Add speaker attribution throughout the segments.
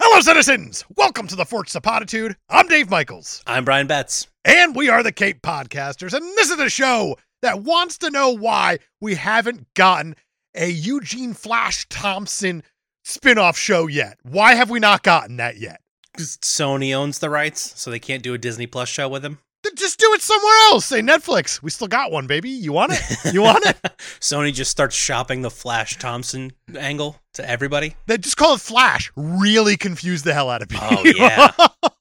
Speaker 1: Hello, citizens! Welcome to the Fortress of Potitude. I'm Dave Michaels,
Speaker 2: I'm Brian Betts.
Speaker 1: and we are the Cape Podcasters, and this is the show that wants to know why we haven't gotten a Eugene Flash Thompson spin-off show yet. Why have we not gotten that yet?
Speaker 2: 'Cause Sony owns the rights, so they can't do a Disney Plus show with him.
Speaker 1: Then Just do it somewhere else. Say Netflix. We still got one, baby. You want it? You want it?
Speaker 2: Sony just starts shopping the Flash Thompson angle to everybody.
Speaker 1: They just call it Flash. Really confuse the hell out of people.
Speaker 2: Oh, yeah.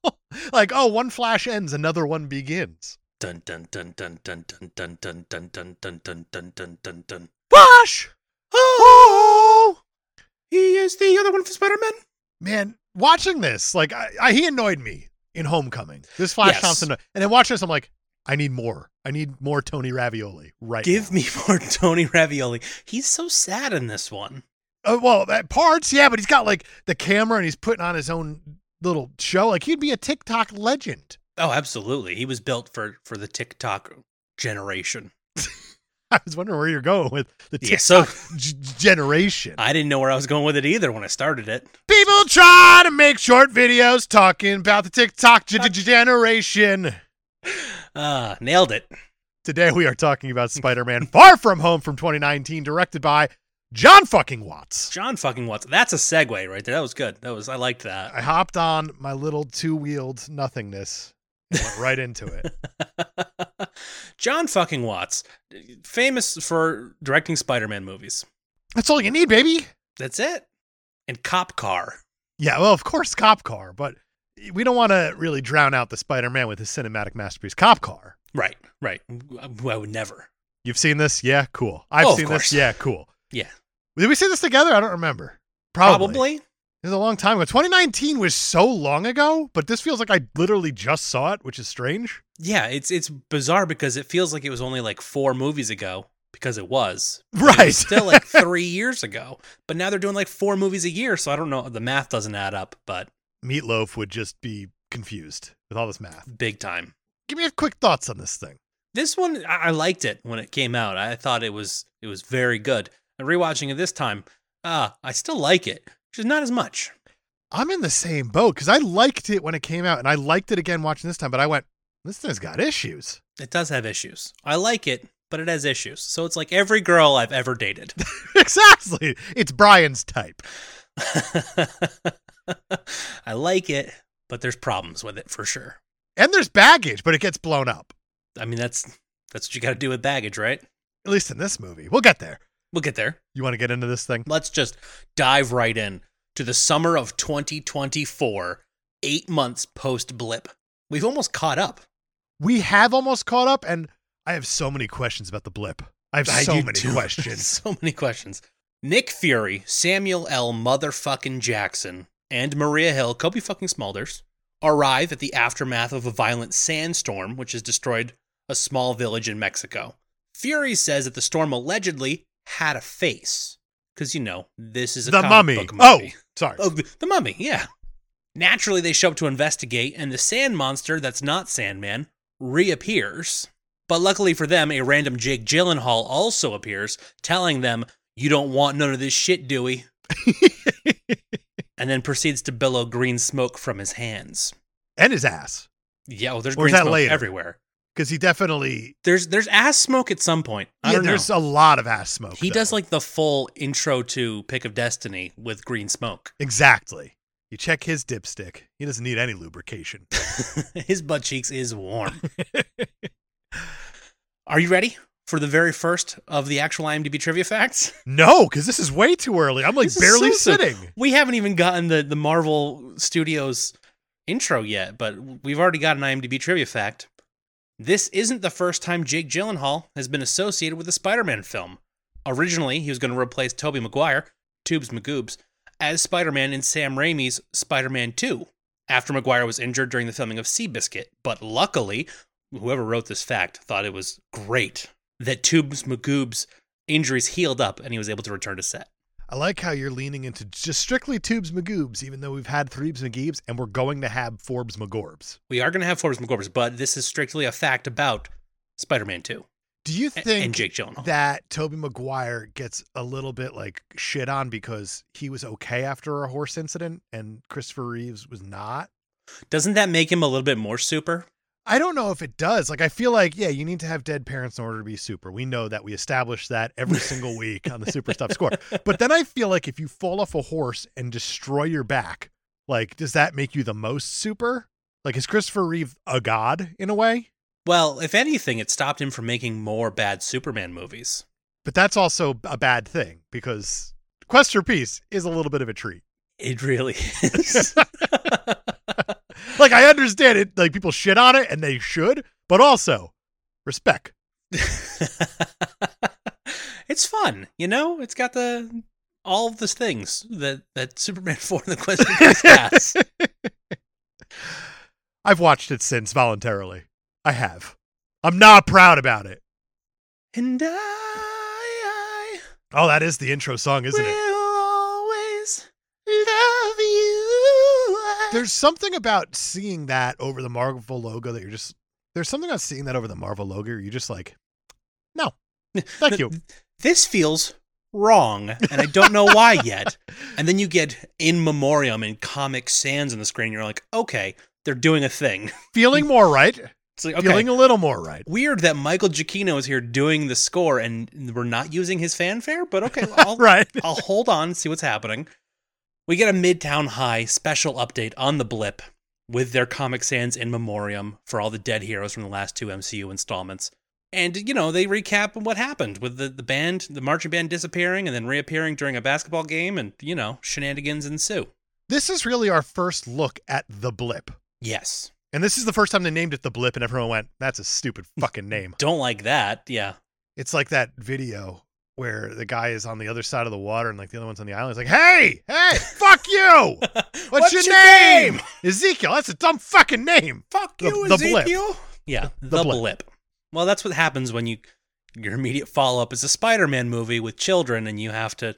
Speaker 1: like, oh, one Flash ends, another one begins.
Speaker 2: Dun dun dun dun dun dun dun dun dun dun dun dun dun dun dun dun.
Speaker 1: Flash! Oh!
Speaker 2: He is the other one for Spider Man.
Speaker 1: man, watching this, like I, I he annoyed me in Homecoming. This Flash
Speaker 2: Yes.
Speaker 1: Thompson, and then watching this, I'm like, I need more. I need more Tony Ravioli right
Speaker 2: Give
Speaker 1: now.
Speaker 2: me more Tony Ravioli. He's so sad in this one.
Speaker 1: Uh, well, at parts, yeah, but he's got like the camera and he's putting on his own little show. Like he'd be a TikTok legend.
Speaker 2: Oh, absolutely. He was built for for the TikTok generation.
Speaker 1: I was wondering where you're going with the
Speaker 2: Yeah,
Speaker 1: TikTok
Speaker 2: so
Speaker 1: g- generation.
Speaker 2: I didn't know where I was going with it either when I started it.
Speaker 1: People try to make short videos talking about the TikTok g- g- generation.
Speaker 2: Ah, nailed it.
Speaker 1: Today we are talking about Spider-Man Far From Home from 2019, directed by John fucking Watts.
Speaker 2: John fucking Watts. That's a segue right there. That was good. That was I liked that.
Speaker 1: I hopped on my little two-wheeled nothingness and went right into it.
Speaker 2: John fucking Watts, famous for directing Spider-Man movies.
Speaker 1: That's all you need, baby.
Speaker 2: That's it. And Cop Car.
Speaker 1: Yeah, well, of course, Cop Car, but we don't want to really drown out the Spider-Man with his cinematic masterpiece, Cop Car.
Speaker 2: Right, right. I would never.
Speaker 1: You've seen this? Yeah, cool. I've
Speaker 2: Oh, of
Speaker 1: seen
Speaker 2: course.
Speaker 1: this? Yeah, cool.
Speaker 2: Yeah.
Speaker 1: Did we see this together? I don't remember. Probably.
Speaker 2: Probably.
Speaker 1: It was a long time ago. 2019 was so long ago, but this feels like I literally just saw it, which is strange.
Speaker 2: Yeah, it's it's bizarre because it feels like it was only like four movies ago because it was. It
Speaker 1: Right.
Speaker 2: was still like three years ago. But now they're doing like four movies a year, so I don't know the math doesn't add up, but
Speaker 1: Meatloaf would just be confused with all this math.
Speaker 2: big time.
Speaker 1: Give me a quick thoughts on this thing.
Speaker 2: This one I I liked it when it came out. I thought it was it was very good. And rewatching it this time, uh, I still like it. Just not as much.
Speaker 1: I'm in the same boat because I liked it when it came out and I liked it again watching this time, but I went, this thing's got issues.
Speaker 2: It does have issues. I like it, but it has issues. So it's like every girl I've ever dated.
Speaker 1: exactly. It's Brian's type.
Speaker 2: I like it, but there's problems with it for sure.
Speaker 1: And there's baggage, but it gets blown up,
Speaker 2: I mean that's that's what you got to do with baggage, right?
Speaker 1: at least in this movie. We'll get there.
Speaker 2: We'll get there.
Speaker 1: You want to get into this thing?
Speaker 2: Let's just dive right in to the summer of 2024, 8 months post blip. We've almost caught up.
Speaker 1: We have almost caught up, and I have so many questions about the blip. I have
Speaker 2: I
Speaker 1: so
Speaker 2: do
Speaker 1: many
Speaker 2: too.
Speaker 1: questions.
Speaker 2: so many questions. Nick Fury, Samuel L. Motherfucking Jackson, and Maria Hill, Kobe fucking Smulders, arrive at the aftermath of a violent sandstorm which has destroyed a small village in Mexico. Fury says that the storm allegedly had a face. Because, you know, this is a
Speaker 1: the
Speaker 2: comic
Speaker 1: mummy.
Speaker 2: book
Speaker 1: Oh,
Speaker 2: movie.
Speaker 1: sorry.
Speaker 2: Oh, the the mummy, yeah. Naturally, they show up to investigate, and the sand monster that's not Sandman reappears. But luckily for them, a random Jake Gyllenhaal also appears, telling them, You don't want none of this shit, Dewey. and then proceeds to billow green smoke from his hands.
Speaker 1: And his ass,
Speaker 2: Yeah, oh, there's
Speaker 1: Or is
Speaker 2: green
Speaker 1: that
Speaker 2: smoke
Speaker 1: later?
Speaker 2: everywhere.
Speaker 1: because he definitely.
Speaker 2: There's there's ass smoke at some point. I
Speaker 1: yeah,
Speaker 2: don't know.
Speaker 1: there's a lot of ass smoke.
Speaker 2: He
Speaker 1: though.
Speaker 2: does like the full intro to Pick of Destiny with green smoke.
Speaker 1: Exactly. You check his dipstick. He doesn't need any lubrication.
Speaker 2: His butt cheeks is warm. Are you ready for the very first of the actual IMDb trivia facts?
Speaker 1: no, because this is way too early. I'm like
Speaker 2: This is
Speaker 1: barely
Speaker 2: so soon.
Speaker 1: sitting.
Speaker 2: We haven't even gotten the, the Marvel Studios intro yet, but we've already got an IMDb trivia fact. This isn't the first time Jake Gyllenhaal has been associated with a Spider Man film. Originally, he was going to replace Tobey Maguire, Tubes McGoobs, as Spider Man in Sam Raimi's Spider Man 2, after McGuire was injured during the filming of Seabiscuit. But luckily, whoever wrote this fact thought it was great that Tubes McGoob's injuries healed up and he was able to return to set.
Speaker 1: I like how you're leaning into just strictly Tubes McGoobs, even though we've had Threebs McGeebs and we're going to have Forbes McGorbs.
Speaker 2: We are going to have Forbes McGorbs, but this is strictly a fact about Spider Man 2
Speaker 1: Do you
Speaker 2: a-
Speaker 1: think
Speaker 2: and Jake Gyllenhaal.
Speaker 1: that Toby Maguire gets a little bit like shit on because he was okay after a horse incident and Christopher Reeves was not?
Speaker 2: Doesn't that make him a little bit more super?
Speaker 1: I don't know if it does. Like, I feel like, yeah, you need to have dead parents in order to be super. We know that. We establish that every single week on the Super Stuff Score. But then I feel like if you fall off a horse and destroy your back, like, does that make you the most super? Like, is Christopher Reeve a god in a way?
Speaker 2: Well, if anything, it stopped him from making more bad Superman movies.
Speaker 1: But that's also a bad thing because Quest for Peace is a little bit of a treat.
Speaker 2: It really is.
Speaker 1: Like, I understand it. Like, people shit on it and they should, but also respect.
Speaker 2: it's fun, you know. It's got the all of the things that that Superman four and the Quest for Peace has.
Speaker 1: I've watched it since voluntarily. I have. I'm not proud about it.
Speaker 2: And I, I
Speaker 1: Oh, that is the intro song, isn't
Speaker 2: will
Speaker 1: it?
Speaker 2: always love you.
Speaker 1: There's something about seeing that over the Marvel logo that you're just there's something about seeing that over the Marvel logo. You're just like, no, thank you.
Speaker 2: This feels wrong, and I don't know why yet. And then you get in memoriam and Comic Sans on the screen. You're like, okay, they're doing a thing.
Speaker 1: Feeling more right.
Speaker 2: It's like okay,
Speaker 1: Feeling a little more right.
Speaker 2: weird that Michael Giacchino is here doing the score and we're not using his fanfare, but okay, I'll,
Speaker 1: Right.
Speaker 2: I'll hold on, see what's happening. We get a Midtown High special update on the blip with their Comic Sans in memoriam for all the dead heroes from the last two MCU installments. And, you know, they recap what happened with the, the band, the marching band disappearing and then reappearing during a basketball game, and, you know, shenanigans ensue.
Speaker 1: This is really our first look at the blip.
Speaker 2: Yes.
Speaker 1: And this is the first time they named it the blip, and everyone went, that's a stupid fucking name.
Speaker 2: Don't like that. Yeah.
Speaker 1: It's like that video where the guy is on the other side of the water and like the other one's on the island. He's like, hey, hey, fuck you. What's, your, name? Ezekiel. That's a dumb fucking name.
Speaker 2: Fuck
Speaker 1: The- the blip.
Speaker 2: Yeah,
Speaker 1: The-
Speaker 2: the,
Speaker 1: the blip.
Speaker 2: blip. Well, that's what happens when you your immediate follow up is a Spider-Man movie with children, and you have to, you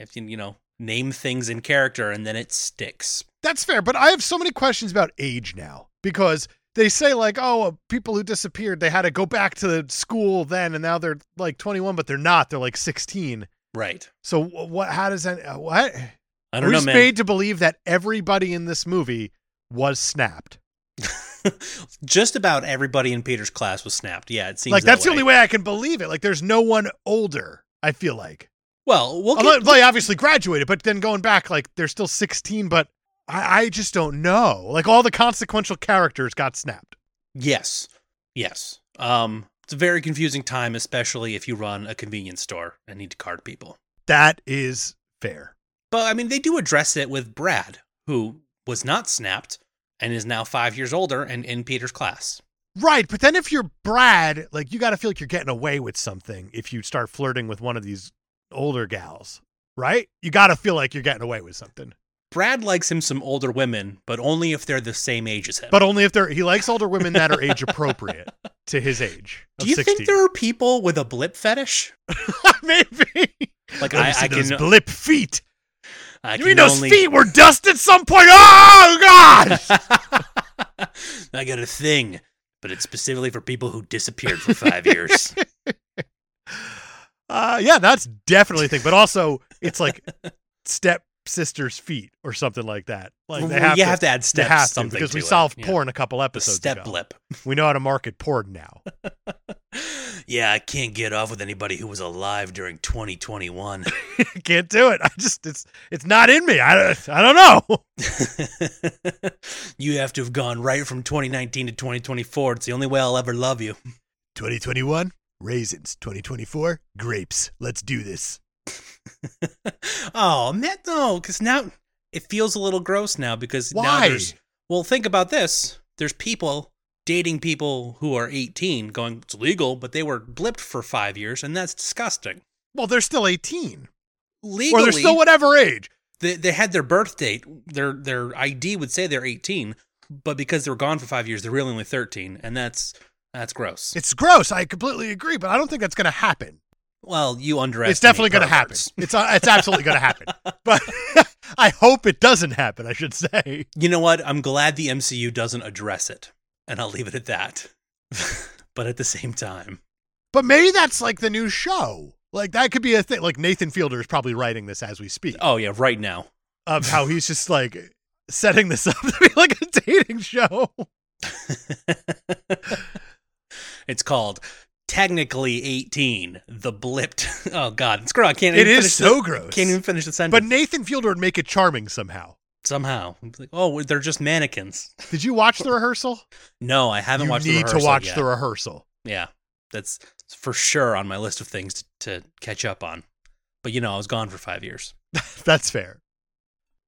Speaker 2: have to, you know, name things in character, and then it sticks.
Speaker 1: That's fair, but I have so many questions about age now because they say like, oh, uh, people who disappeared, they had to go back to school then, and now they're like 21, but they're not. They're like 16.
Speaker 2: Right.
Speaker 1: So wh- what? How does that? uh, What?
Speaker 2: I don't
Speaker 1: We're
Speaker 2: know,
Speaker 1: just
Speaker 2: man.
Speaker 1: made to believe that everybody in this movie was snapped.
Speaker 2: Just about everybody in Peter's class was snapped. Yeah, it seems
Speaker 1: like
Speaker 2: that
Speaker 1: that's the only way I can believe it. Like there's no one older. I feel like.
Speaker 2: Well, we'll
Speaker 1: Although
Speaker 2: get,
Speaker 1: they obviously graduated, but then going back, like they're still 16, but I, I just don't know. Like all the consequential characters got snapped.
Speaker 2: yes, yes. Um, it's a very confusing time, especially if you run a convenience store and need to card people.
Speaker 1: That is fair.
Speaker 2: But I mean, they do address it with Brad, who was not snapped and is now five years older and in Peter's class.
Speaker 1: Right, but then if you're Brad, like you got to feel like you're getting away with something if you start flirting with one of these older gals, right? You got to feel like you're getting away with something.
Speaker 2: Brad likes him some older women, but only if they're the same age as him.
Speaker 1: But only if they're he likes older women that are age appropriate to his age. Of
Speaker 2: do you
Speaker 1: 16.
Speaker 2: think there are people with a blip fetish?
Speaker 1: maybe?
Speaker 2: Like
Speaker 1: Let me
Speaker 2: I,
Speaker 1: see
Speaker 2: I
Speaker 1: those
Speaker 2: can,
Speaker 1: blip feet.
Speaker 2: I
Speaker 1: You
Speaker 2: can
Speaker 1: mean those
Speaker 2: only.
Speaker 1: feet were dust at some point? Oh God!
Speaker 2: I got a thing, but it's specifically for people who disappeared for five years.
Speaker 1: Uh, yeah, that's definitely a thing. But also, it's like step sister's feet or something like that. Like they
Speaker 2: Well,
Speaker 1: have
Speaker 2: you
Speaker 1: to,
Speaker 2: have to add
Speaker 1: they
Speaker 2: steps
Speaker 1: have to,
Speaker 2: something
Speaker 1: because we
Speaker 2: to it.
Speaker 1: solved
Speaker 2: Yeah.
Speaker 1: porn a couple
Speaker 2: The
Speaker 1: episodes
Speaker 2: step
Speaker 1: ago.
Speaker 2: blip.
Speaker 1: We know how to market porn now.
Speaker 2: yeah, I can't get off with anybody who was alive during 2021.
Speaker 1: Can't do it. I just it's it's not in me. I I don't know.
Speaker 2: you have to have gone right from 2019 to 2024. It's the only way I'll ever love you.
Speaker 1: 2021 raisins. 2024 grapes. Let's do this.
Speaker 2: oh, man, no, because now it feels a little gross now because now
Speaker 1: Why?
Speaker 2: there's. Well, think about this. There's people dating people who are 18 going, it's legal, but they were blipped for five years, and that's disgusting.
Speaker 1: Well, they're still 18,
Speaker 2: Legally,
Speaker 1: or they're still whatever age.
Speaker 2: They, they had their birth date. Their their ID would say they're 18, but because they were gone for five years, they're really only 13, and that's that's gross.
Speaker 1: It's gross. I completely agree, but I don't think that's going to happen.
Speaker 2: well, you underestimate.
Speaker 1: It's definitely going to happen.
Speaker 2: perverts.
Speaker 1: It's uh, it's absolutely going to happen. But I hope it doesn't happen. I should say.
Speaker 2: You know what? I'm glad the MCU doesn't address it, and I'll leave it at that. but at the same time,
Speaker 1: But maybe that's like the new show. Like that could be a thing. Like Nathan Fielder is probably writing this as we speak
Speaker 2: oh yeah, right now.
Speaker 1: of how he's just like setting this up to be like a dating show.
Speaker 2: it's called technically 18 the blipped oh god screw it, i can't
Speaker 1: It
Speaker 2: even
Speaker 1: is
Speaker 2: finish the-
Speaker 1: so gross.
Speaker 2: can't even finish the sentence
Speaker 1: but Nathan Fielder would make it charming somehow.
Speaker 2: somehow It's like, oh they're just mannequins
Speaker 1: Did you watch the rehearsal?
Speaker 2: no i haven't
Speaker 1: you
Speaker 2: watched the
Speaker 1: need to
Speaker 2: rehearsal
Speaker 1: watch
Speaker 2: yet.
Speaker 1: the rehearsal.
Speaker 2: yeah that's for sure on my list of things to, to catch up on but you know i was gone for five years
Speaker 1: That's fair.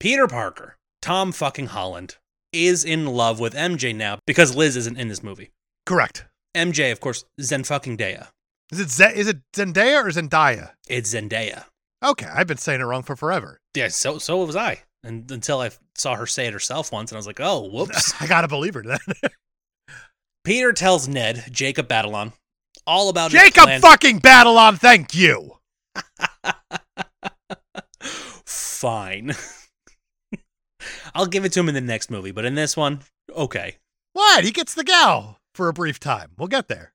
Speaker 2: peter parker tom fucking holland is in love with mj now because liz isn't in this movie
Speaker 1: Correct.
Speaker 2: mj of course zen fucking dea
Speaker 1: Is it Z- is it Zendaya or Zendaya?
Speaker 2: it's zendaya
Speaker 1: Okay, I've been saying it wrong for forever.
Speaker 2: Yeah, so so was I. And until I saw her say it herself once, and I was like, oh, whoops.
Speaker 1: I gotta believe her then.
Speaker 2: Peter tells Ned, Jacob Batalon, all about his
Speaker 1: Jacob
Speaker 2: plan-
Speaker 1: fucking Batalon, thank you.
Speaker 2: Fine. I'll give it to him in the next movie, but in this one, okay.
Speaker 1: What? He gets the gal for a brief time. We'll get there.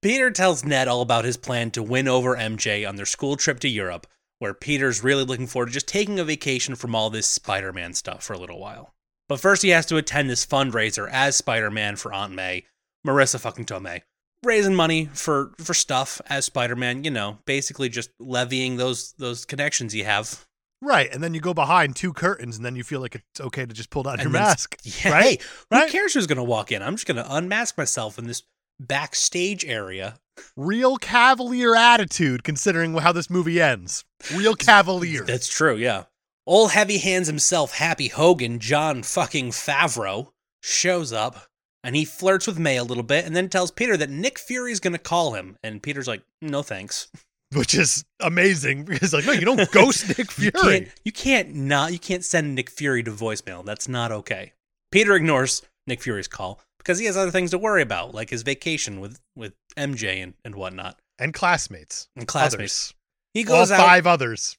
Speaker 2: Peter tells Ned all about his plan to win over MJ on their school trip to Europe, where Peter's really looking forward to just taking a vacation from all this Spider Man stuff for a little while. But first, he has to attend this fundraiser as Spider Man for Aunt May, Marissa fucking Tomei, raising money for, for stuff as Spider Man, you know, basically just levying those, those connections you have.
Speaker 1: Right, and then you go behind two curtains, and then you feel like it's okay to just pull down
Speaker 2: And
Speaker 1: your
Speaker 2: then s-
Speaker 1: mask.
Speaker 2: Yeah,
Speaker 1: Right?
Speaker 2: hey,
Speaker 1: Right?
Speaker 2: who cares who's going to walk in? I'm just going to unmask myself in this backstage area.
Speaker 1: Real cavalier attitude, considering how this movie ends. Real cavalier.
Speaker 2: That's true, yeah. Old Heavy Hands himself, Happy Hogan, John fucking Favreau, shows up and he flirts with May a little bit and then tells Peter that Nick Fury's gonna call him. And Peter's like, no thanks.
Speaker 1: which is amazing because, like, no, you don't ghost Nick
Speaker 2: You can't,
Speaker 1: Fury.
Speaker 2: you can't not you can't send Nick Fury to voicemail. That's not okay. Peter ignores Nick Fury's call because he has other things to worry about, like his vacation with with MJ and, and whatnot.
Speaker 1: And classmates.
Speaker 2: And classmates.
Speaker 1: Others.
Speaker 2: He
Speaker 1: All
Speaker 2: goes out
Speaker 1: five others.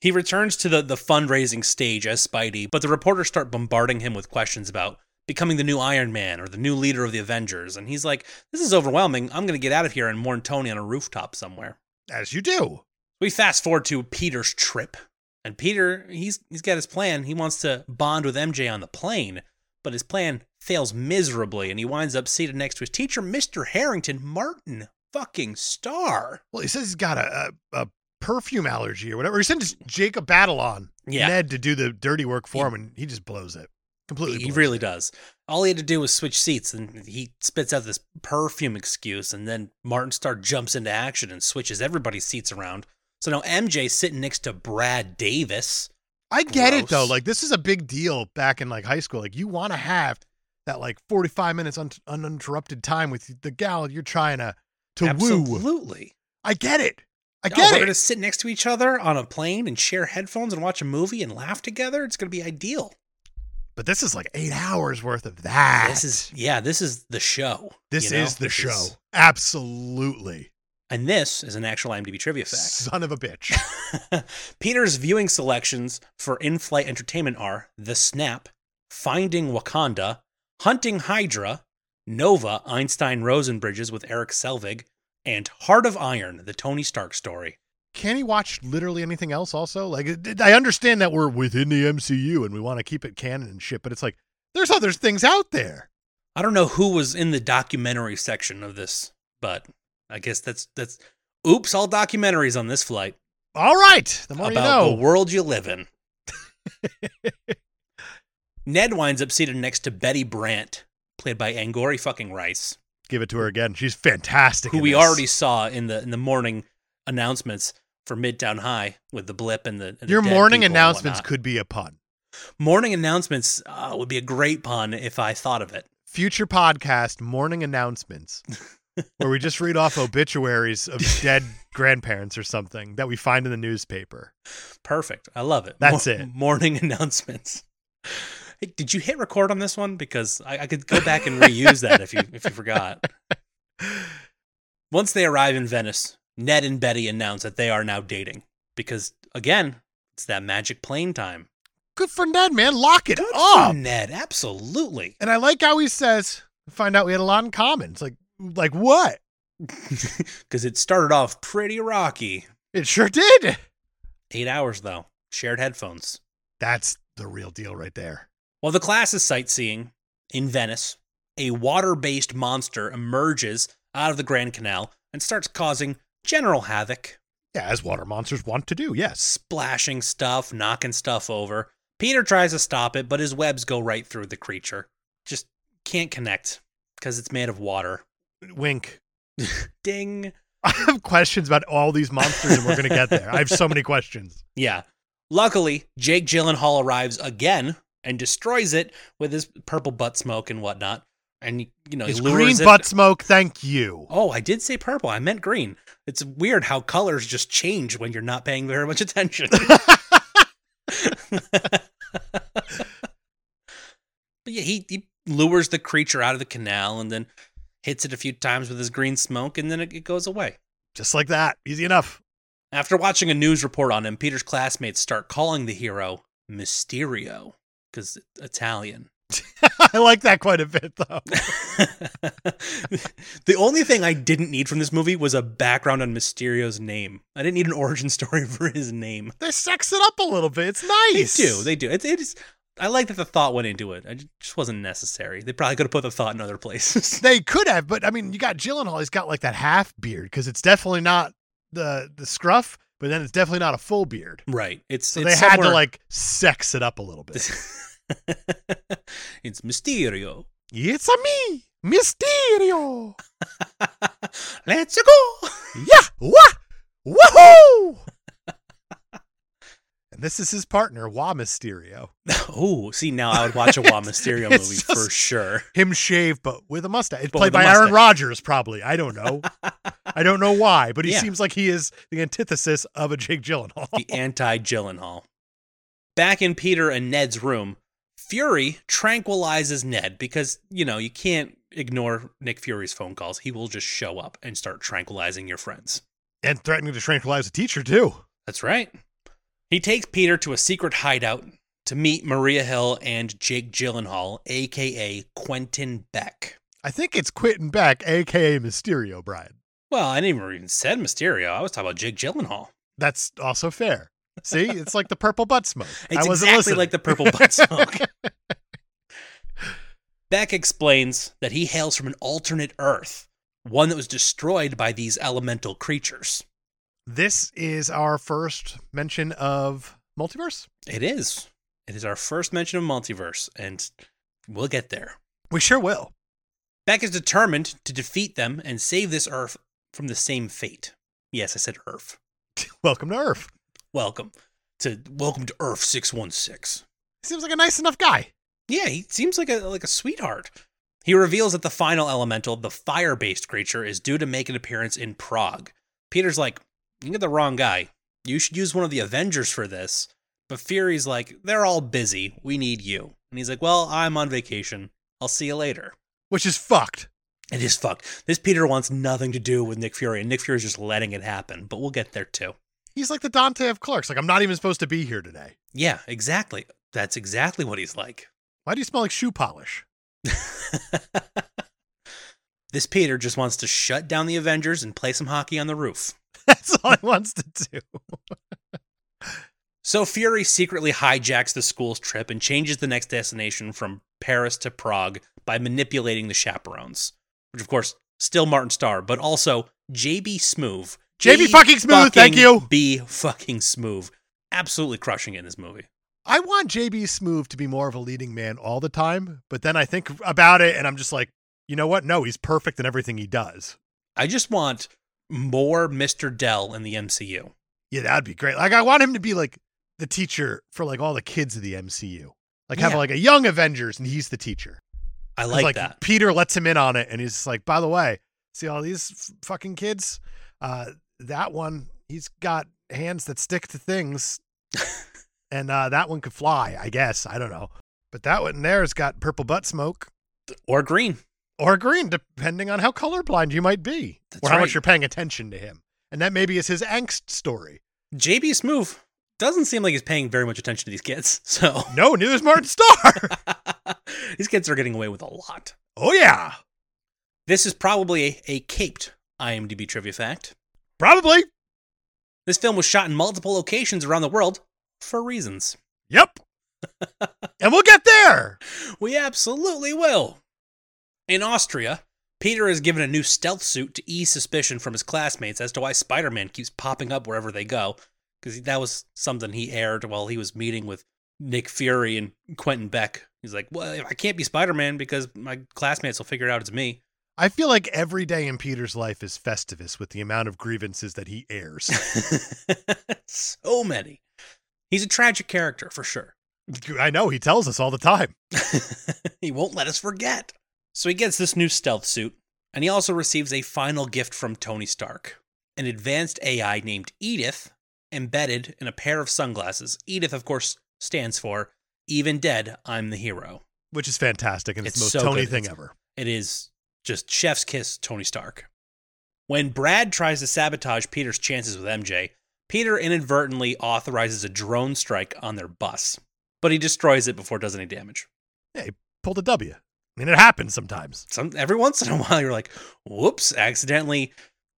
Speaker 2: He returns to the, the fundraising stage as Spidey, but the reporters start bombarding him with questions about becoming the new Iron Man or the new leader of the Avengers. And he's like, This is overwhelming. I'm going to get out of here and warn Tony on a rooftop somewhere.
Speaker 1: As you do.
Speaker 2: We fast forward to Peter's trip. And Peter, he's, he's got his plan. He wants to bond with MJ on the plane, but his plan fails miserably. And he winds up seated next to his teacher, Mr. Harrington Martin fucking Star.
Speaker 1: Well, he says he's got a, a, a perfume allergy or whatever. He sends Jacob Batalon,
Speaker 2: Yeah.
Speaker 1: Ned, to do the dirty work for him, and he just blows it. Completely.
Speaker 2: He
Speaker 1: blows
Speaker 2: really
Speaker 1: it.
Speaker 2: does. All he had to do was switch seats, and he spits out this perfume excuse, and then Martin Starr jumps into action and switches everybody's seats around. So now MJ's sitting next to Brad Davis.
Speaker 1: I get it
Speaker 2: Gross.
Speaker 1: though. Like this is a big deal back in like high school. Like you want to have that like 45 minutes un- uninterrupted time with the gal you're trying to to woo.
Speaker 2: Absolutely.
Speaker 1: I get it. I
Speaker 2: oh,
Speaker 1: get
Speaker 2: we're gonna
Speaker 1: it.
Speaker 2: sit next to each other on a plane and share headphones and watch a movie and laugh together. It's gonna be ideal.
Speaker 1: But this is like 8 hours worth of that.
Speaker 2: This is yeah, this is the show.
Speaker 1: this
Speaker 2: you know?
Speaker 1: is the
Speaker 2: This
Speaker 1: show.
Speaker 2: is-
Speaker 1: Absolutely.
Speaker 2: and this is an actual IMDb trivia fact.
Speaker 1: Son of a bitch.
Speaker 2: Peter's viewing selections for in flight entertainment are The Snap, Finding Wakanda, Hunting Hydra, Nova, Einstein Rosenbridges with Eric Selvig, and Heart of Iron, the Tony Stark story.
Speaker 1: Can he watch literally anything else also? Like it- I understand that we're within the MCU and we want to keep it canon and shit, but it's like there's other things out there.
Speaker 2: I don't know who was in the documentary section of this, but I guess that's that's oops, all documentaries on this flight
Speaker 1: All right. The more
Speaker 2: about
Speaker 1: you know.
Speaker 2: the world you live in. Ned winds up seated next to Betty Brant, played by Angori fucking Rice.
Speaker 1: Give it to her again. She's fantastic.
Speaker 2: who
Speaker 1: in
Speaker 2: we
Speaker 1: this.
Speaker 2: already saw in the in the morning announcements for Midtown High with the blip and the and the
Speaker 1: Your
Speaker 2: dead
Speaker 1: morning
Speaker 2: people and
Speaker 1: announcements
Speaker 2: whatnot.
Speaker 1: could be a pun.
Speaker 2: morning announcements uh, would be a great pun if I thought of it.
Speaker 1: Future podcast morning announcements. where we just read off obituaries of dead grandparents or something that we find in the newspaper.
Speaker 2: Perfect. I love it.
Speaker 1: That's
Speaker 2: Mor-
Speaker 1: it.
Speaker 2: Morning announcements. Hey, did you hit record on this one? Because I, I could go back and reuse that if you if you forgot. Once they arrive in Venice, Ned and Betty announce that they are now dating. Because again, it's that magic plane time.
Speaker 1: Good for Ned, man. Lock it
Speaker 2: Good
Speaker 1: up.
Speaker 2: for Ned, absolutely.
Speaker 1: And I like how he says, find out we had a lot in common. It's like, like what?
Speaker 2: Because it started off pretty rocky.
Speaker 1: It sure did.
Speaker 2: Eight hours though. Shared headphones.
Speaker 1: That's the real deal right there.
Speaker 2: While the class is sightseeing in Venice, a water based monster emerges out of the Grand Canal and starts causing general havoc,
Speaker 1: Yeah, as water monsters want to do. Yes.
Speaker 2: splashing stuff, knocking stuff over. Peter tries to stop it, but his webs go right through the creature. Just can't connect because it's made of water.
Speaker 1: Wink.
Speaker 2: Ding.
Speaker 1: I have questions about all these monsters, and we're going to get there. I have so many questions.
Speaker 2: Yeah. Luckily, Jake Gyllenhaal arrives again and destroys it with his purple butt smoke and whatnot. And you know,
Speaker 1: It's
Speaker 2: he lures
Speaker 1: green
Speaker 2: it.
Speaker 1: butt smoke. Thank you.
Speaker 2: Oh, I did say purple. I meant green. It's weird how colors just change when you're not paying very much attention. but yeah, he, he lures the creature out of the canal and then hits it a few times with his green smoke, and then it, it goes away.
Speaker 1: Just like that. Easy enough.
Speaker 2: After watching a news report on him, Peter's classmates start calling the hero Mysterio because Italian.
Speaker 1: I like that quite a bit, though.
Speaker 2: the only thing I didn't need from this movie was a background on Mysterio's name. I didn't need an origin story for his name.
Speaker 1: They sex it up a little bit. It's nice.
Speaker 2: They do. They do. It, it is. I like that the thought went into it. It just wasn't necessary. They probably could have put the thought in other places.
Speaker 1: They could have, but I mean, you got Gyllenhaal. He's got like that half beard because it's definitely not the the scruff, but then it's definitely not a full beard.
Speaker 2: right. It's
Speaker 1: So
Speaker 2: it's
Speaker 1: they had to
Speaker 2: somewhere-
Speaker 1: like sex it up a little bit.
Speaker 2: it's Mysterio.
Speaker 1: it's a me, Mysterio.
Speaker 2: Let's go.
Speaker 1: Yeah, wah, woohoo! and this is his partner, Wa Mysterio.
Speaker 2: Oh, see now I would watch a Juan Mysterio
Speaker 1: It's
Speaker 2: movie
Speaker 1: just-
Speaker 2: for sure.
Speaker 1: Him shaved, but with a mustache. It's
Speaker 2: But
Speaker 1: played
Speaker 2: with a
Speaker 1: by Aaron
Speaker 2: mustache.
Speaker 1: Rodgers, probably. I don't know. I don't know why, but he
Speaker 2: Yeah.
Speaker 1: seems like he is the antithesis of a Jake Gyllenhaal.
Speaker 2: the anti Gyllenhaal. Back in Peter and Ned's room, Fury tranquilizes Ned because, you know, you can't ignore Nick Fury's phone calls. He will just show up and start tranquilizing your friends.
Speaker 1: and threatening to tranquilize a teacher too.
Speaker 2: That's right. He takes Peter to a secret hideout to meet Maria Hill and Jake Gyllenhaal, aka Quentin Beck.
Speaker 1: I think it's Quentin Beck, aka Mysterio, Brian.
Speaker 2: Well, I never even said Mysterio. I was talking about Jake Gyllenhaal.
Speaker 1: That's also fair. See, it's like the purple butt smoke.
Speaker 2: It's
Speaker 1: I wasn't
Speaker 2: exactly
Speaker 1: listening.
Speaker 2: like the purple butt smoke. Beck explains that he hails from an alternate Earth, one that was destroyed by these elemental creatures.
Speaker 1: This is our first mention of multiverse.
Speaker 2: It is. It is our first mention of multiverse, and we'll get there.
Speaker 1: We sure will.
Speaker 2: Beck is determined to defeat them and save this Earth from the same fate. Yes, I said Earth.
Speaker 1: Welcome to Earth.
Speaker 2: Welcome to welcome to Earth 616.
Speaker 1: Seems like a nice enough guy.
Speaker 2: Yeah, he seems like a like a sweetheart. He reveals that the final elemental, the fire-based creature, is due to make an appearance in Prague. Peter's like, "You get the wrong guy. You should use one of the Avengers for this." But Fury's like, "They're all busy. We need you." And he's like, "Well, I'm on vacation. I'll see you later."
Speaker 1: Which is fucked.
Speaker 2: It is fucked. This Peter wants nothing to do with Nick Fury, and Nick Fury's just letting it happen. But we'll get there too.
Speaker 1: He's like the Dante of clerks. Like, I'm not even supposed to be here today.
Speaker 2: Yeah, exactly. That's exactly what he's like.
Speaker 1: Why do you smell like shoe polish?
Speaker 2: this Peter just wants to shut down the Avengers and play some hockey on the roof.
Speaker 1: That's all he wants to do.
Speaker 2: So Fury secretly hijacks the school's trip and changes the next destination from Paris to Prague by manipulating the chaperones, which of course still Martin Starr, but also JB Smoove.
Speaker 1: JB fucking Smoove, thank you.
Speaker 2: B fucking Smoove, absolutely crushing it in this movie.
Speaker 1: I want JB Smoove to be more of a leading man all the time, but then I think about it and I'm just like, you know what? No, he's perfect in everything he does.
Speaker 2: I just want more Mr. Dell in the MCU.
Speaker 1: Yeah, that'd be great. Like I want him to be like the teacher for like all the kids of the MCU. Like have
Speaker 2: Yeah.
Speaker 1: like a young Avengers and he's the teacher.
Speaker 2: I
Speaker 1: 'Cause,
Speaker 2: like that.
Speaker 1: Peter lets him in on it and he's just like, by the way, See all these f- fucking kids? Uh, that one, he's got hands that stick to things. and uh, that one could fly, I guess. I don't know. But that one there's got purple butt smoke
Speaker 2: Or green.
Speaker 1: or green, depending on how colorblind you might be
Speaker 2: That's
Speaker 1: or how
Speaker 2: right.
Speaker 1: much you're paying attention to him. And that maybe is his angst story.
Speaker 2: JB Smoove doesn't seem like he's paying very much attention to these kids. So
Speaker 1: No, neither is Martin Starr.
Speaker 2: these kids are getting away with a lot.
Speaker 1: oh, yeah.
Speaker 2: This is probably a, a caped IMDb trivia fact.
Speaker 1: Probably.
Speaker 2: This film was shot in multiple locations around the world for reasons.
Speaker 1: Yep. and we'll get there.
Speaker 2: We absolutely will. In Austria, Peter is given a new stealth suit to ease suspicion from his classmates as to why Spider Man keeps popping up wherever they go, because that was something he aired while he was meeting with Nick Fury and Quentin Beck. He's like, well, I can't be Spider Man because my classmates will figure out it's me.
Speaker 1: I feel like every day in Peter's life is Festivus with the amount of grievances that he airs.
Speaker 2: so many. He's a tragic character for sure.
Speaker 1: I know he tells us all the time.
Speaker 2: he won't let us forget. So he gets this new stealth suit, and he also receives a final gift from Tony Stark an advanced AI named Edith, embedded in a pair of sunglasses. Edith, of course, stands for Even Dead, I'm the Hero.
Speaker 1: Which is fantastic, and it's,
Speaker 2: It's
Speaker 1: the most
Speaker 2: so
Speaker 1: Tony
Speaker 2: good.
Speaker 1: thing
Speaker 2: It's-
Speaker 1: ever.
Speaker 2: It is just chef's kiss, Tony Stark. When Brad tries to sabotage Peter's chances with MJ, Peter inadvertently authorizes a drone strike on their bus, but he destroys it before it does any damage.
Speaker 1: Pulled a W. I mean, it happens sometimes.
Speaker 2: some every once in a while you're like, whoops, accidentally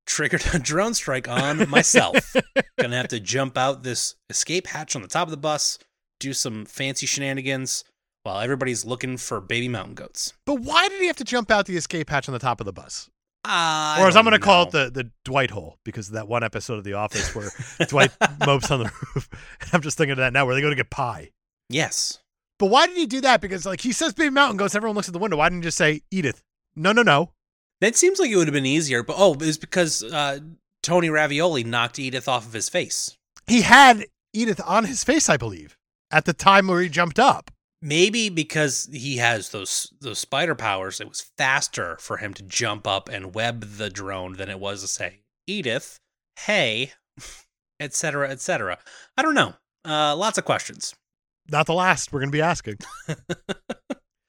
Speaker 2: triggered a drone strike on myself. Gonna have to jump out this escape hatch on the top of the bus, do some fancy shenanigans while everybody's looking for baby mountain goats.
Speaker 1: But why did he have to jump out the escape hatch on the top of the bus?
Speaker 2: Uh,
Speaker 1: or as I'm going to call it, the, the Dwight hole, because of that one episode of The Office where Dwight mopes on the roof. And I'm just thinking of that now, where they go to get pie.
Speaker 2: yes.
Speaker 1: But why did he do that? Because like he says, "Baby Mountain Goats." Everyone looks at the window. Why didn't he just say Edith? No, no, no.
Speaker 2: That seems like it would have been easier, but oh, it was because uh, Tony Ravioli knocked Edith off of his face.
Speaker 1: He had Edith on his face, I believe, at the time where he jumped up.
Speaker 2: Maybe because he has those those spider powers, it was faster for him to jump up and web the drone than it was to say, Edith, hey, etc., etc. I don't know. Uh, lots of questions.
Speaker 1: Not the last we're going to be asking.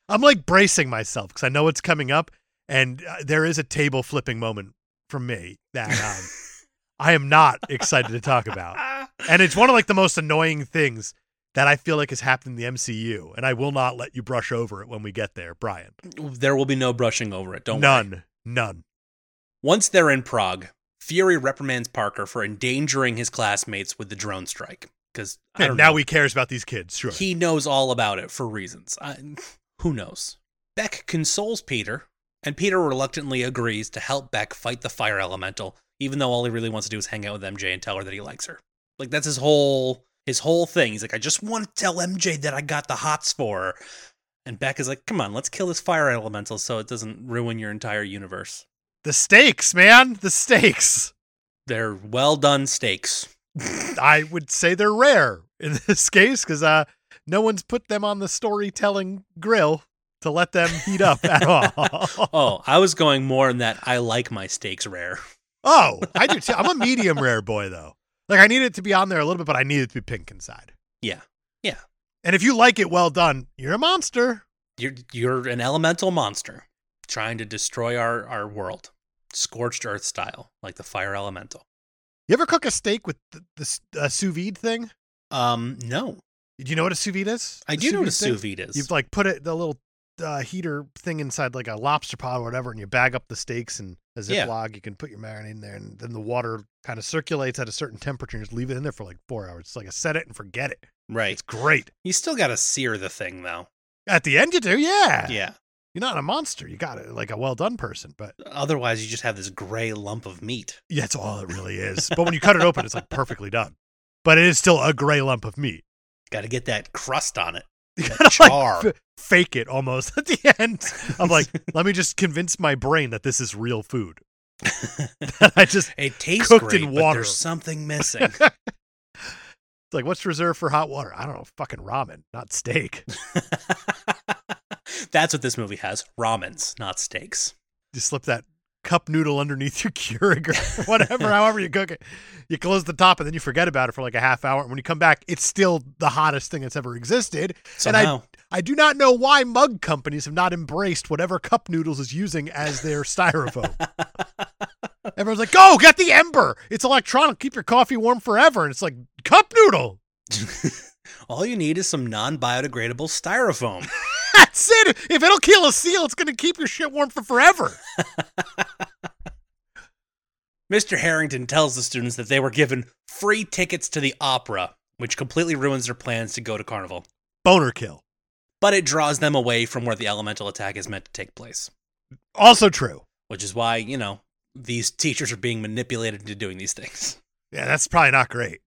Speaker 1: I'm like bracing myself because I know it's coming up, and uh, there is a table flipping moment from me that um, I am not excited to talk about,
Speaker 2: Ah.
Speaker 1: and it's one of like the most annoying things that I feel like has happened in the MCU, and I will not let you brush over it when we get there, Brian.
Speaker 2: There will be no brushing over it. Don't worry.
Speaker 1: none, none.
Speaker 2: Once they're in Prague, Fury reprimands Parker for endangering his classmates with the drone strike. Because
Speaker 1: And now he cares about these kids. Sure.
Speaker 2: He knows all about it for reasons. I, who knows? Beck consoles Peter, and Peter reluctantly agrees to help Beck fight the fire elemental, even though all he really wants to do is hang out with MJ and tell her that he likes her. Like that's his whole his whole thing. He's like, I just want to tell MJ that I got the hots for her. And Beck is like, come on, let's kill this fire elemental so it doesn't ruin your entire universe.
Speaker 1: the stakes, man. The stakes.
Speaker 2: They're well done stakes.
Speaker 1: I would say they're rare in this case because uh, no one's put them on the storytelling grill to let them heat up at all.
Speaker 2: Oh, I was going more in that I like my stakes rare.
Speaker 1: oh, I do too. I'm a medium rare boy though. Like I need it to be on there a little bit, but I need it to be pink inside.
Speaker 2: Yeah. Yeah.
Speaker 1: And if you like it well done, you're a monster.
Speaker 2: You're you're an elemental monster trying to destroy our, our world, scorched earth style, like the fire elemental.
Speaker 1: You ever cook a steak with the, the s- uh, sous vide thing?
Speaker 2: Um, no,
Speaker 1: Do you know what a sous vide is?
Speaker 2: I
Speaker 1: The
Speaker 2: do know what a
Speaker 1: thing?
Speaker 2: sous vide is.
Speaker 1: You've like put it the little uh, heater thing inside like a lobster pot or whatever, and you bag up the steaks and a
Speaker 2: Yeah.
Speaker 1: ziploc. You can put your marinade in there, and then the water kind of circulates at a certain temperature. and you Just leave it in there for like four hours. It's like a set it and forget it.
Speaker 2: right.
Speaker 1: It's great.
Speaker 2: You still got to sear the thing though.
Speaker 1: At the end, you do, yeah.
Speaker 2: Yeah.
Speaker 1: You're not a monster. You got it, like a well done person, but
Speaker 2: Otherwise, you just have this gray lump of meat.
Speaker 1: yeah, that's all it really is. but when you cut it open, it's like perfectly done. But it is still a gray lump of meat.
Speaker 2: Got to get that crust on it.
Speaker 1: You
Speaker 2: That
Speaker 1: gotta
Speaker 2: char.
Speaker 1: like f- fake it almost at the end. I'm like, let me just convince my brain that this is real food. I just
Speaker 2: it tastes
Speaker 1: cooked
Speaker 2: great,
Speaker 1: in
Speaker 2: but
Speaker 1: water.
Speaker 2: there's something missing.
Speaker 1: It's like, what's reserved for hot water? I don't know. Fucking ramen, not steak.
Speaker 2: That's what this movie has: ramens, not steaks.
Speaker 1: Just slip that cup noodle underneath your Keurig or whatever, however you cook it. You close the top and then you forget about it for like a half hour. And when you come back, it's still the hottest thing that's ever existed. And I-
Speaker 2: Somehow.
Speaker 1: I do not know why mug companies have not embraced whatever cup noodles is using as their styrofoam. Everyone's like, go get the ember. It's electronic. Keep your coffee warm forever. And it's like, cup noodle.
Speaker 2: All you need is some non biodegradable styrofoam.
Speaker 1: That's it. If it'll kill a seal, it's going to keep your shit warm for forever.
Speaker 2: Mr. Harrington tells the students that they were given free tickets to the opera, which completely ruins their plans to go to Carnival,
Speaker 1: Boner kill.
Speaker 2: but it draws them away from where the elemental attack is meant to take place,
Speaker 1: Also true.
Speaker 2: which is why, you know, these teachers are being manipulated into doing these things.
Speaker 1: Yeah, that's probably not great.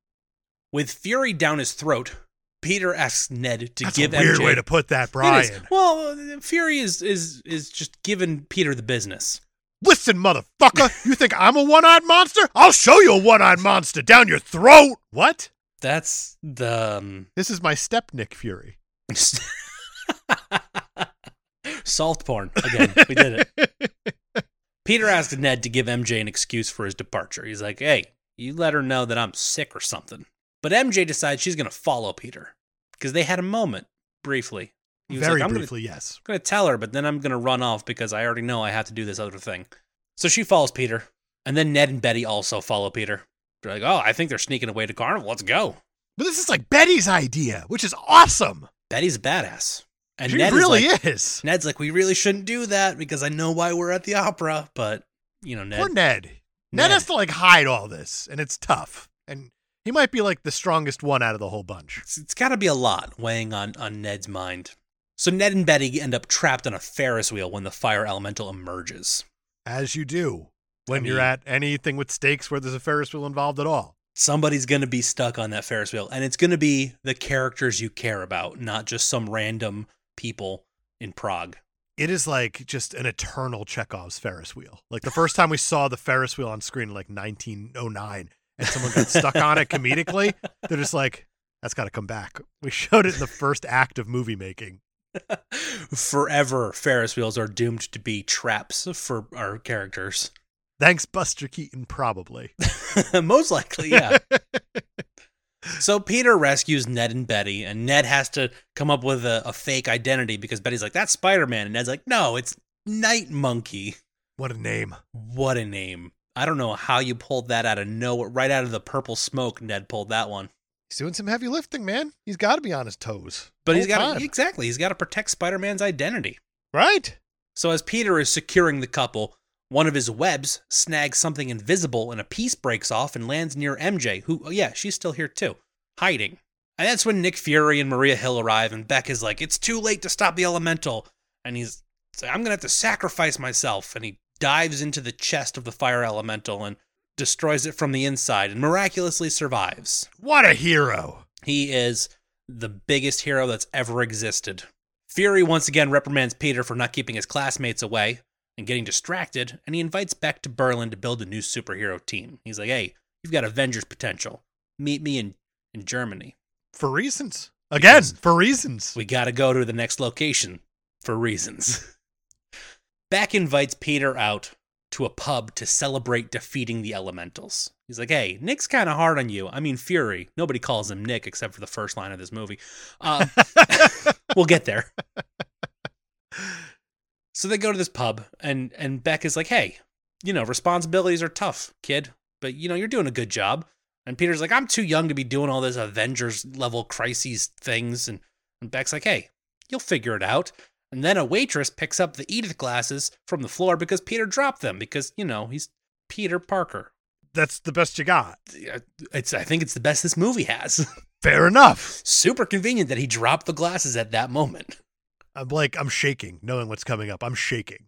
Speaker 2: With fury down his throat, Peter asks Ned to
Speaker 1: that's
Speaker 2: give
Speaker 1: a weird
Speaker 2: MJ
Speaker 1: way to put that,
Speaker 2: It is.
Speaker 1: Brian.
Speaker 2: Well, uh, Fury is is is just giving Peter the business.
Speaker 1: Listen, motherfucker, you think I'm a one-eyed monster? I'll show you a one-eyed monster down your throat. What?
Speaker 2: That's the um,
Speaker 1: This is my step, Nick Fury.
Speaker 2: salt porn again. We did it. Peter asked Ned to give MJ an excuse for his departure. He's like, "Hey, you let her know that I'm sick or something." But MJ decides she's going to follow Peter because they had a moment briefly. He was
Speaker 1: Very
Speaker 2: like, "I'm gonna-
Speaker 1: briefly, yes.
Speaker 2: I'm going to tell her, but then I'm going to run off because I already know I have to do this other thing. So she follows Peter. And then Ned and Betty also follow Peter. They're like, oh, I think they're sneaking away to Carnival. Let's go.
Speaker 1: But this is like Betty's idea, which is awesome.
Speaker 2: Betty's a badass. And
Speaker 1: she
Speaker 2: Ned
Speaker 1: really
Speaker 2: is, like,
Speaker 1: is.
Speaker 2: Ned's like, we really shouldn't do that because I know why we're at the opera. But, you know, Ned.
Speaker 1: Poor Ned. Ned.
Speaker 2: Ned.
Speaker 1: has to like hide all this, and it's tough. And he might be like the strongest one out of the whole bunch.
Speaker 2: It's, it's got to be a lot weighing on, on Ned's mind. So Ned and Betty end up trapped on a Ferris wheel when the fire elemental emerges.
Speaker 1: As you do when
Speaker 2: I
Speaker 1: you're
Speaker 2: mean-
Speaker 1: at anything with stakes where there's a Ferris wheel involved at all.
Speaker 2: somebody's going to be stuck on that Ferris wheel, and it's going to be the characters you care about, not just some random people in Prague.
Speaker 1: It is like just an eternal Chekhov's Ferris wheel. Like the first time we saw the Ferris wheel on screen in like 1909 and someone got stuck on it comedically, they're just like, that's got to come back. We showed it in the first act of movie making.
Speaker 2: Forever, Ferris wheels are doomed to be traps for our characters.
Speaker 1: Thanks, Buster Keaton, probably.
Speaker 2: Most likely, yeah. so Peter rescues Ned and Betty, and Ned has to come up with a, a fake identity because Betty's like, that's Spider Man. And Ned's like, no, it's Night Monkey.
Speaker 1: What a name.
Speaker 2: What a name. I don't know how you pulled that out of nowhere, right out of the purple smoke, Ned pulled that one.
Speaker 1: He's doing some heavy lifting, man. He's got to be on his toes.
Speaker 2: But
Speaker 1: the
Speaker 2: he's
Speaker 1: whole
Speaker 2: got to,
Speaker 1: time.
Speaker 2: exactly. He's got to protect Spider-Man's identity.
Speaker 1: right?
Speaker 2: So as Peter is securing the couple, one of his webs snags something invisible, and a piece breaks off and lands near MJ, who, oh yeah, she's still here too, hiding. And that's when Nick Fury and Maria Hill arrive, and Beck is like, "It's too late to stop the elemental," and he's, he's like, "I'm gonna have to sacrifice myself," and he dives into the chest of the fire elemental and destroys it from the inside, and miraculously survives.
Speaker 1: What a hero.
Speaker 2: He is the biggest hero that's ever existed. Fury once again reprimands Peter for not keeping his classmates away and getting distracted, and he invites Beck to Berlin to build a new superhero team. He's like, hey, you've got Avengers potential. Meet me in, in Germany.
Speaker 1: For reasons. Again,
Speaker 2: Yes.
Speaker 1: for reasons.
Speaker 2: We got to go to the next location for reasons. Beck invites Peter out to a pub to celebrate defeating the elementals. He's like, hey, Nick's kind of hard on you. I mean, Fury. Nobody calls him Nick except for the first line of this movie. Uh, we'll get there. So they go to this pub, and and Beck is like, "Hey, you know, responsibilities are tough, kid, but you know, you're doing a good job." And Peter's like, "I'm too young to be doing all this Avengers level crises things," and and Beck's like, "Hey, you'll figure it out." And then a waitress picks up the Edith glasses from the floor because Peter dropped them because you know he's Peter Parker.
Speaker 1: That's the best you got.
Speaker 2: It's I think it's the best this movie has.
Speaker 1: Fair enough.
Speaker 2: Super convenient that he dropped the glasses at that moment.
Speaker 1: I'm like, I'm shaking, knowing what's coming up. I'm shaking.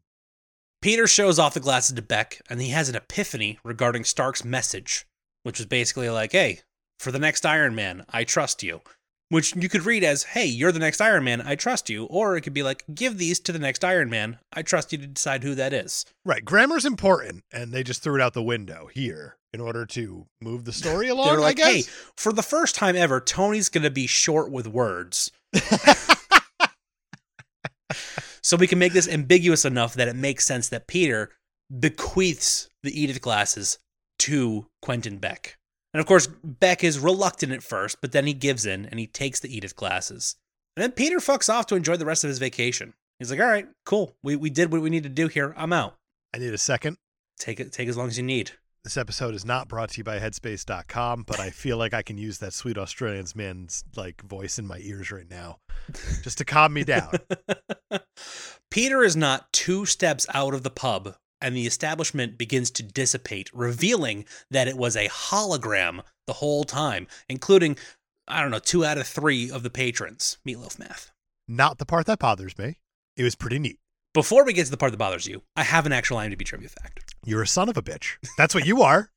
Speaker 2: Peter shows off the glasses to Beck, and he has an epiphany regarding Stark's message, which was basically like, hey, for the next Iron Man, I trust you. Which you could read as, hey, you're the next Iron Man, I trust you. Or it could be like, give these to the next Iron Man, I trust you to decide who that is.
Speaker 1: Right. Grammar's important, and they just threw it out the window here in order to move the story along,
Speaker 2: They were like,
Speaker 1: I
Speaker 2: hey,
Speaker 1: guess.
Speaker 2: for the first time ever, Tony's going to be short with words. so we can make this ambiguous enough that it makes sense that Peter bequeaths the Edith glasses to Quentin Beck. And of course, Beck is reluctant at first, but then he gives in and he takes the Edith glasses. And then Peter fucks off to enjoy the rest of his vacation. He's like, all right, cool. We, we did what we need to do here. I'm out.
Speaker 1: I need a second.
Speaker 2: Take it, take as long as you need.
Speaker 1: This episode is not brought to you by headspace.com, but I feel like I can use that sweet Australian's man's like voice in my ears right now just to calm me down.
Speaker 2: Peter is not two steps out of the pub, and the establishment begins to dissipate, revealing that it was a hologram the whole time, including, I don't know, two out of three of the patrons. Meatloaf math.
Speaker 1: Not the part that bothers me. It was pretty neat.
Speaker 2: Before we get to the part that bothers you, I have an actual IMDb trivia fact.
Speaker 1: You're a son of a bitch. That's what you are.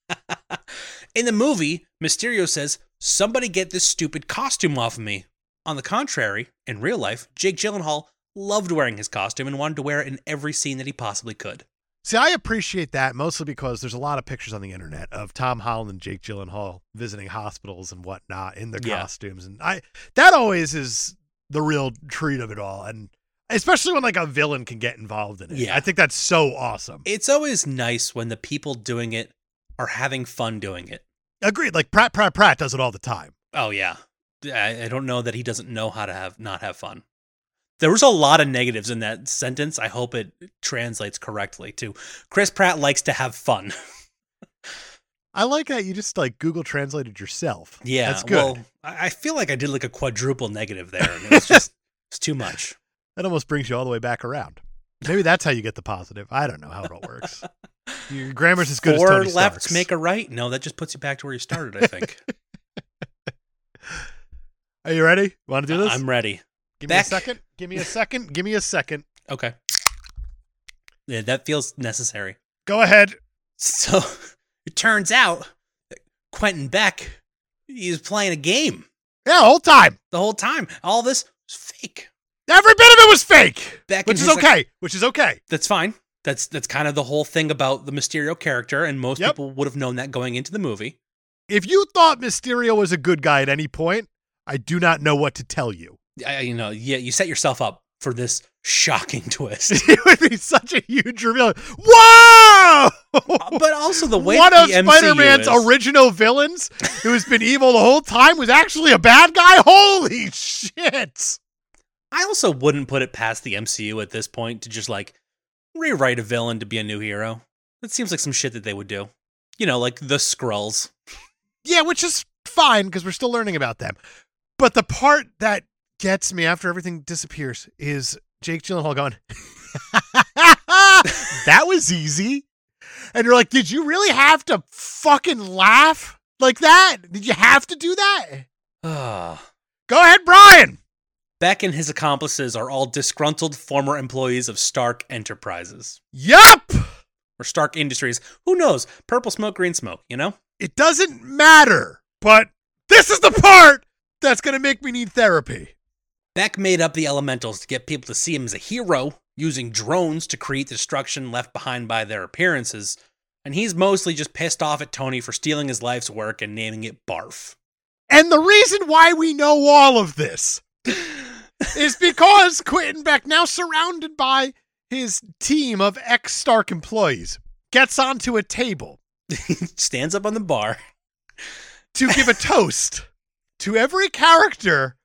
Speaker 2: In the movie, Mysterio says, Somebody get this stupid costume off of me. On the contrary, in real life, Jake Gyllenhaal loved wearing his costume and wanted to wear it in every scene that he possibly could.
Speaker 1: See, I appreciate that mostly because there's a lot of pictures on the internet of Tom Holland and Jake Gyllenhaal visiting hospitals and whatnot in their
Speaker 2: Yeah.
Speaker 1: costumes, and I that always is the real treat of it all, and especially when like a villain can get involved in it.
Speaker 2: Yeah.
Speaker 1: I think that's so awesome.
Speaker 2: It's always nice when the people doing it are having fun doing it.
Speaker 1: Agreed. Like Pratt Pratt Pratt does it all the time.
Speaker 2: Oh yeah, I, I don't know that he doesn't know how to have not have fun. There was a lot of negatives in that sentence. I hope it translates correctly to Chris Pratt likes to have fun.
Speaker 1: I like that you just like Google translated yourself.
Speaker 2: Yeah,
Speaker 1: that's good.
Speaker 2: Well, I I feel like I did like a quadruple negative there. And it was just it's too much.
Speaker 1: that almost brings you all the way back around. Maybe that's how you get the positive. I don't know how it all works. Your grammar's as good
Speaker 2: Four
Speaker 1: as Tony
Speaker 2: lefts
Speaker 1: Stark's.
Speaker 2: make a right. No, that just puts you back to where you started. I think.
Speaker 1: Are you ready? Want to do this?
Speaker 2: I'm ready.
Speaker 1: Give
Speaker 2: Beck.
Speaker 1: me a second. Give me a second. Give me a second.
Speaker 2: Okay. Yeah, that feels necessary.
Speaker 1: Go ahead.
Speaker 2: So it turns out that Quentin Beck he's playing a game
Speaker 1: Yeah, whole time.
Speaker 2: the whole time. All this is fake.
Speaker 1: Every bit of it was fake.
Speaker 2: Beck
Speaker 1: Which
Speaker 2: and
Speaker 1: is
Speaker 2: his-
Speaker 1: okay. Which is okay.
Speaker 2: that's fine. That's that's kind of the whole thing about the Mysterio character, and most
Speaker 1: Yep.
Speaker 2: people would have known that going into the movie.
Speaker 1: If you thought Mysterio was a good guy at any point, I do not know what to tell you.
Speaker 2: I, I- you know, yeah, you set yourself up for this shocking twist.
Speaker 1: it would be such a huge reveal. Whoa!
Speaker 2: Uh, but also the way
Speaker 1: One
Speaker 2: that
Speaker 1: of
Speaker 2: the MCU
Speaker 1: Spider-Man's
Speaker 2: is,
Speaker 1: original villains, who has been evil the whole time, was actually a bad guy. Holy shit!
Speaker 2: I also wouldn't put it past the MCU at this point to just like rewrite a villain to be a new hero. That seems like some shit that they would do. You know, like the Skrulls.
Speaker 1: Yeah, which is fine because we're still learning about them. But the part that gets me after everything disappears is Jake Gyllenhaal going, "That was easy," and you're like, "Did you really have to fucking laugh like that? Did you have to do that?"
Speaker 2: Ah.
Speaker 1: Go ahead, Brian.
Speaker 2: Beck and his accomplices are all disgruntled former employees of Stark Enterprises
Speaker 1: Yup.
Speaker 2: or Stark Industries. Who knows? Purple smoke, green smoke, you know?
Speaker 1: It doesn't matter, but this is the part that's going to make me need therapy.
Speaker 2: Beck made up the elementals to get people to see him as a hero, using drones to create destruction left behind by their appearances. And he's mostly just pissed off at Tony for stealing his life's work and naming it Barf.
Speaker 1: And the reason why we know all of this is because Quentin Beck, now surrounded by his team of ex Stark employees, gets onto a table
Speaker 2: He stands up on the bar.
Speaker 1: to give a toast to every character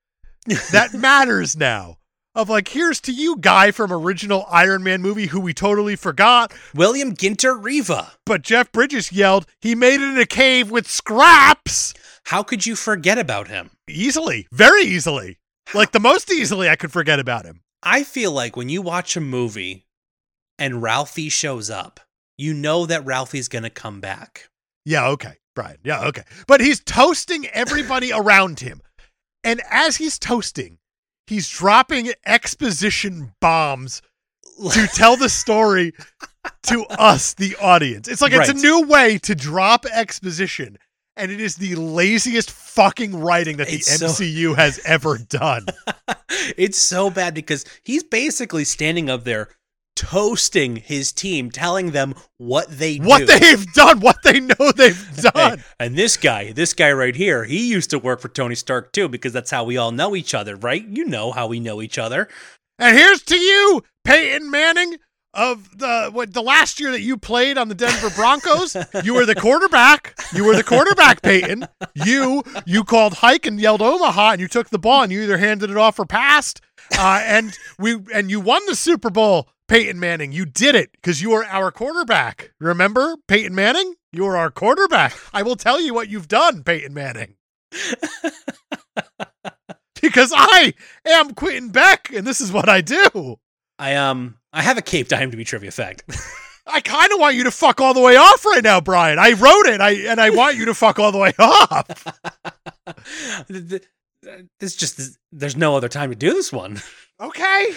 Speaker 1: that matters now. Of like, here's to you, guy from original Iron Man movie who we totally forgot,
Speaker 2: William Ginter Riva.
Speaker 1: but Jeff Bridges yelled, he made it in a cave with scraps.
Speaker 2: How could you forget about him?
Speaker 1: Easily, very easily. Like the most easily I could forget about him.
Speaker 2: I feel like when you watch a movie and Ralphie shows up, you know that Ralphie's going to come back.
Speaker 1: Yeah, okay, Brian. Yeah, okay. But he's toasting everybody around him. And as he's toasting, he's dropping exposition bombs to tell the story to us, the audience. It's like it's a
Speaker 2: Right.
Speaker 1: new way to drop exposition. And it is the laziest fucking writing that the
Speaker 2: It's so-
Speaker 1: MCU has ever done.
Speaker 2: it's so bad because he's basically standing up there toasting his team, telling them what they
Speaker 1: what
Speaker 2: do.
Speaker 1: they've done, what they know they've
Speaker 2: Hey,
Speaker 1: done.
Speaker 2: and this guy, this guy right here, he used to work for Tony Stark too, because that's how we all know each other, right? You know how we know each other.
Speaker 1: And here's to you, Peyton Manning, of the what the last year that you played on the Denver Broncos, you were the quarterback. You were the quarterback, Peyton. You you called hike and yelled Omaha, and you took the ball and you either handed it off or passed. Uh, and we and you won the Super Bowl, Peyton Manning. You did it because you were our quarterback. Remember, Peyton Manning, you were our quarterback. I will tell you what you've done, Peyton Manning. because I am Quentin Beck, and this is what I do.
Speaker 2: I um I have a caped IMDb trivia fact.
Speaker 1: I kind of want you to fuck all the way off right now, Brian. I wrote it, I and I want you to fuck all the way off.
Speaker 2: Th- th- this just there's no other time to do this one.
Speaker 1: Okay.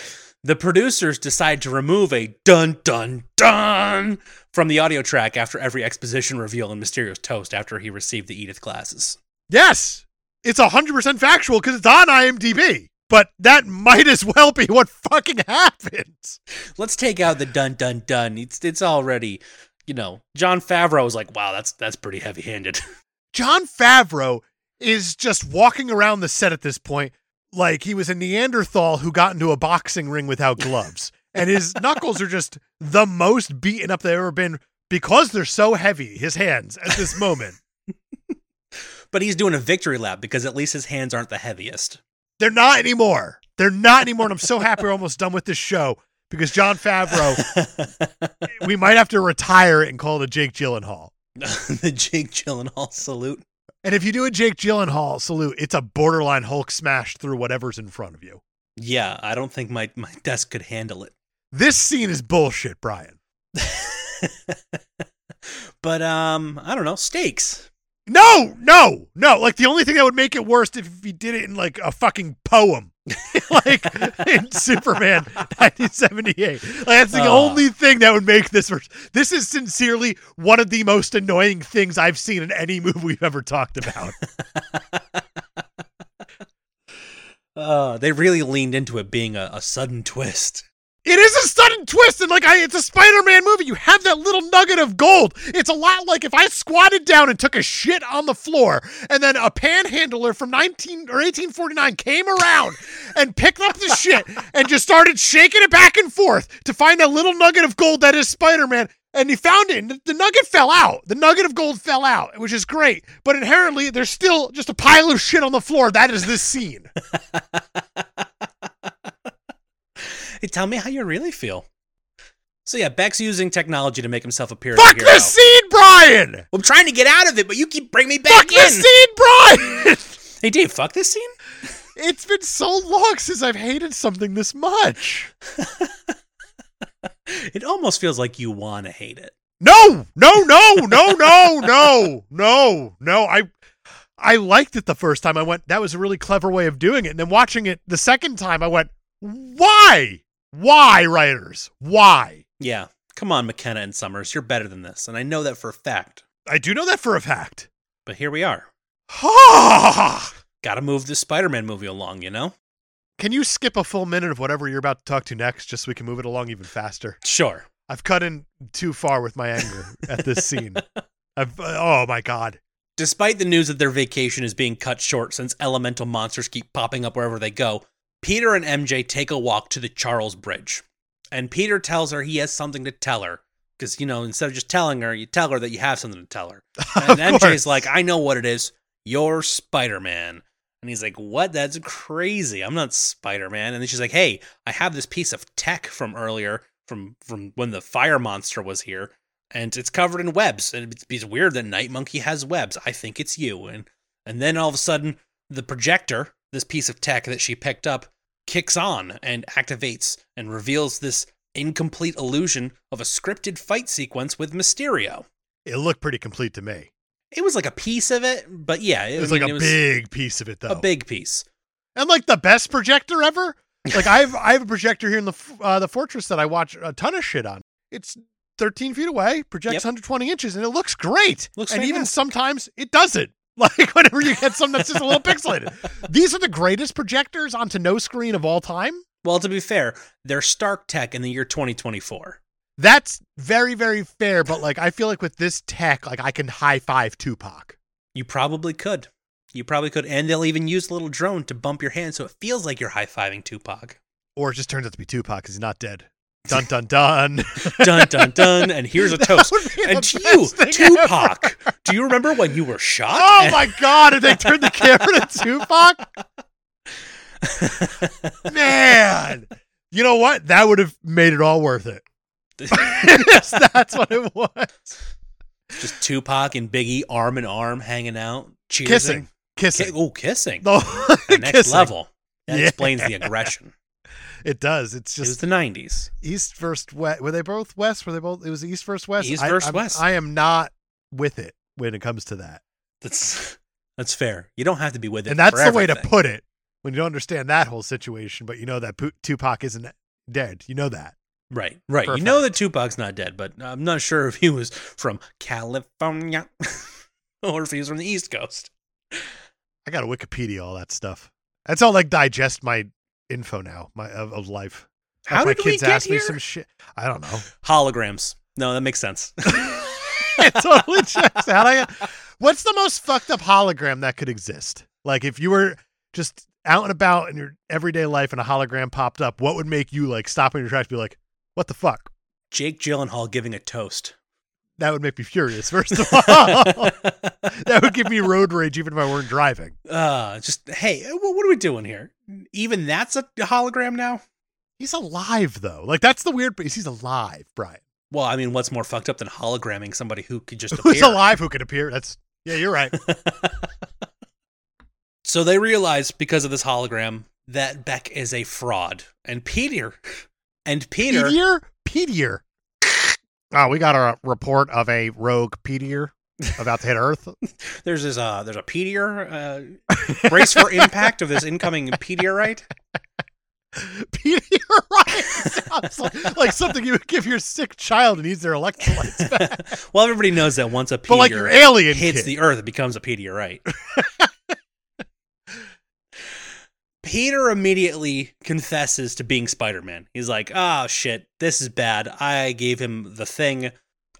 Speaker 2: The producers decide to remove a dun dun dun from the audio track after every exposition reveal and Mysterio's toast after he received the Edith glasses.
Speaker 1: Yes, it's hundred percent factual because it's on IMDb. But that might as well be what fucking happens.
Speaker 2: Let's take out the dun dun dun. It's it's already, you know, John Favreau was like, wow, that's that's pretty heavy handed.
Speaker 1: John Favreau is just walking around the set at this point like he was a Neanderthal who got into a boxing ring without gloves. and his knuckles are just the most beaten up they've ever been because they're so heavy, his hands at this moment.
Speaker 2: But he's doing a victory lap because at least his hands aren't the heaviest.
Speaker 1: They're not anymore. They're not anymore. And I'm so happy we're almost done with this show because John Favreau, we might have to retire it and call it a Jake Gyllenhaal.
Speaker 2: the Jake Gyllenhaal salute.
Speaker 1: And if you do a Jake Gyllenhaal salute, it's a borderline Hulk smash through whatever's in front of you.
Speaker 2: Yeah, I don't think my, my desk could handle it.
Speaker 1: This scene is bullshit, Brian.
Speaker 2: but um, I don't know steaks.
Speaker 1: No, no, no. Like the only thing that would make it worse if he did it in like a fucking poem, like in Superman 1978. Like that's the
Speaker 2: Aw.
Speaker 1: only thing that would make this worse. This is sincerely one of the most annoying things I've seen in any movie we've ever talked about.
Speaker 2: Uh, they really leaned into it being a, a sudden twist.
Speaker 1: It is a sudden twist, and like I, it's a Spider-Man movie. You have that little nugget of gold. It's a lot like if I squatted down and took a shit on the floor, and then a panhandler from 19 or 1849 came around and picked up the shit and just started shaking it back and forth to find that little nugget of gold that is Spider-Man. And he found it, and the- the nugget fell out. The nugget of gold fell out, which is great. But inherently, there's still just a pile of shit on the floor. That is this scene.
Speaker 2: Hey, tell me how you really feel. So yeah, Beck's using technology to make himself appear. as a
Speaker 1: Fuck
Speaker 2: hero.
Speaker 1: this scene, Brian.
Speaker 2: I'm trying to get out of it, but you keep bringing me
Speaker 1: Fuck
Speaker 2: back
Speaker 1: this
Speaker 2: in.
Speaker 1: scene, Brian.
Speaker 2: Hey, Dave, fuck this scene.
Speaker 1: It's been so long since I've hated something this much.
Speaker 2: It almost feels like you want to hate it.
Speaker 1: No, no, no, no, no, no, no, no. I I liked it the first time. I went, that was a really clever way of doing it. And then watching it the second time, I went, why? Why, writers? Why?
Speaker 2: Yeah, come on, McKenna and Summers, you're better than this, and I know that for a fact.
Speaker 1: I do know that for a fact.
Speaker 2: But here we are. Got to move this Spider-Man movie along, you know?
Speaker 1: Can you skip a full minute of whatever you're about to talk to next just so we can move it along even faster?
Speaker 2: Sure.
Speaker 1: I've cut in too far with my anger at this scene. I've, oh my God.
Speaker 2: Despite the news that their vacation is being cut short since elemental monsters keep popping up wherever they go, Peter and MJ take a walk to the Charles Bridge. And Peter tells her he has something to tell her. Because, you know, instead of just telling her, you tell her that you have something to tell her. And
Speaker 1: Of
Speaker 2: MJ's
Speaker 1: course.
Speaker 2: like, I know what it is. You're Spider Man. And he's like, What? That's crazy. I'm not Spider Man. And then she's like, Hey, I have this piece of tech from earlier, from from when the fire monster was here, and it's covered in webs. And it's, it's weird that Night Monkey has webs. I think it's you. And and then all of a sudden, the projector, this piece of tech that she picked up, kicks on and activates and reveals this incomplete illusion of a scripted fight sequence with Mysterio.
Speaker 1: It looked pretty complete to me.
Speaker 2: It was like a piece of it, but yeah,
Speaker 1: It was
Speaker 2: I mean,
Speaker 1: like a big piece of it, though.
Speaker 2: a big piece.
Speaker 1: and like the best projector ever. Like I have, I have a projector here in the f- uh, the fortress that I watch a ton of shit on. It's 13 feet away, projects
Speaker 2: Yep.
Speaker 1: 120 inches, and it looks great.
Speaker 2: Looks
Speaker 1: and even
Speaker 2: fantastic.
Speaker 1: sometimes it doesn't. Like whenever you get something that's just a little pixelated. These are the greatest projectors onto no screen of all time.
Speaker 2: Well, to be fair, they're Stark Tech in the year 2024.
Speaker 1: That's very very fair, but like I feel like with this tech, like I can high five Tupac.
Speaker 2: You probably could. You probably could. And they'll even use a little drone to bump your hand so it feels like you're high fiving Tupac.
Speaker 1: Or it just turns out to be Tupac because he's not dead. Dun dun dun.
Speaker 2: Dun dun dun. And here's a toast.
Speaker 1: Would be the
Speaker 2: And to you,
Speaker 1: best thing ever.
Speaker 2: Tupac. Do you remember when you were shot?
Speaker 1: Oh my god, did they turn the camera to Tupac? Man. You know what? That would have made it all worth it. Yes, that's what it was.
Speaker 2: Just Tupac and Biggie arm in arm hanging out, cheersing.
Speaker 1: Kissing.
Speaker 2: Ki-
Speaker 1: Kissing.
Speaker 2: oh, kissing.
Speaker 1: The
Speaker 2: The next
Speaker 1: kissing.
Speaker 2: level. That
Speaker 1: Yeah.
Speaker 2: explains the aggression.
Speaker 1: It does. It's
Speaker 2: it was
Speaker 1: just
Speaker 2: the 90s.
Speaker 1: east first west. Were they both west? Were they both? It was east first west.
Speaker 2: East
Speaker 1: I-
Speaker 2: first
Speaker 1: I'm-
Speaker 2: west.
Speaker 1: I am not with it when it comes to that,
Speaker 2: That's that's fair. You don't have to be with it.
Speaker 1: and that's
Speaker 2: for
Speaker 1: the way to
Speaker 2: everything.
Speaker 1: put it when you don't understand that whole situation. But you know that Pu- Tupac isn't dead. You know that.
Speaker 2: Right, right. You know that Tupac's not dead, but I'm not sure if he was from California or if he was from the East Coast.
Speaker 1: I got to Wikipedia all that stuff. That's how like digest my info now. My of, of life. Like,
Speaker 2: How
Speaker 1: my
Speaker 2: did we
Speaker 1: kids
Speaker 2: get
Speaker 1: ask
Speaker 2: here?
Speaker 1: me some shit. I don't know.
Speaker 2: Holograms. No, that makes sense.
Speaker 1: it totally checks out. I, what's the most fucked up hologram that could exist? Like if you were just out and about in your everyday life and a hologram popped up, what would make you like stop in your tracks and be like, what the fuck?
Speaker 2: Jake Gyllenhaal giving a toast.
Speaker 1: That would make me furious, first of all. that would give me road rage even if I weren't driving.
Speaker 2: uh, just hey, wh- what are we doing here? Even that's a hologram now.
Speaker 1: He's alive though. Like that's the weird piece. He's alive, Brian.
Speaker 2: Well, I mean, what's more fucked up than hologramming somebody who could just
Speaker 1: Who's
Speaker 2: appear?
Speaker 1: alive who could appear? That's yeah, you're right.
Speaker 2: So they realize because of this hologram that Beck is a fraud, and Peter, and Peter,
Speaker 1: Pedier? Pedier. Oh, we got a report of a rogue Pedier about to hit Earth.
Speaker 2: there's this uh, there's a Peter uh, brace for impact of this incoming Peterite.
Speaker 1: Meteorite sounds like, like something you would give your sick child who needs their electrolytes.
Speaker 2: well, everybody knows that once a Peter
Speaker 1: But like your alien
Speaker 2: hits
Speaker 1: kid.
Speaker 2: the earth, it becomes a Peterite. Peter immediately confesses to being Spider Man. He's like, ah, shit, this is bad. I gave him the thing.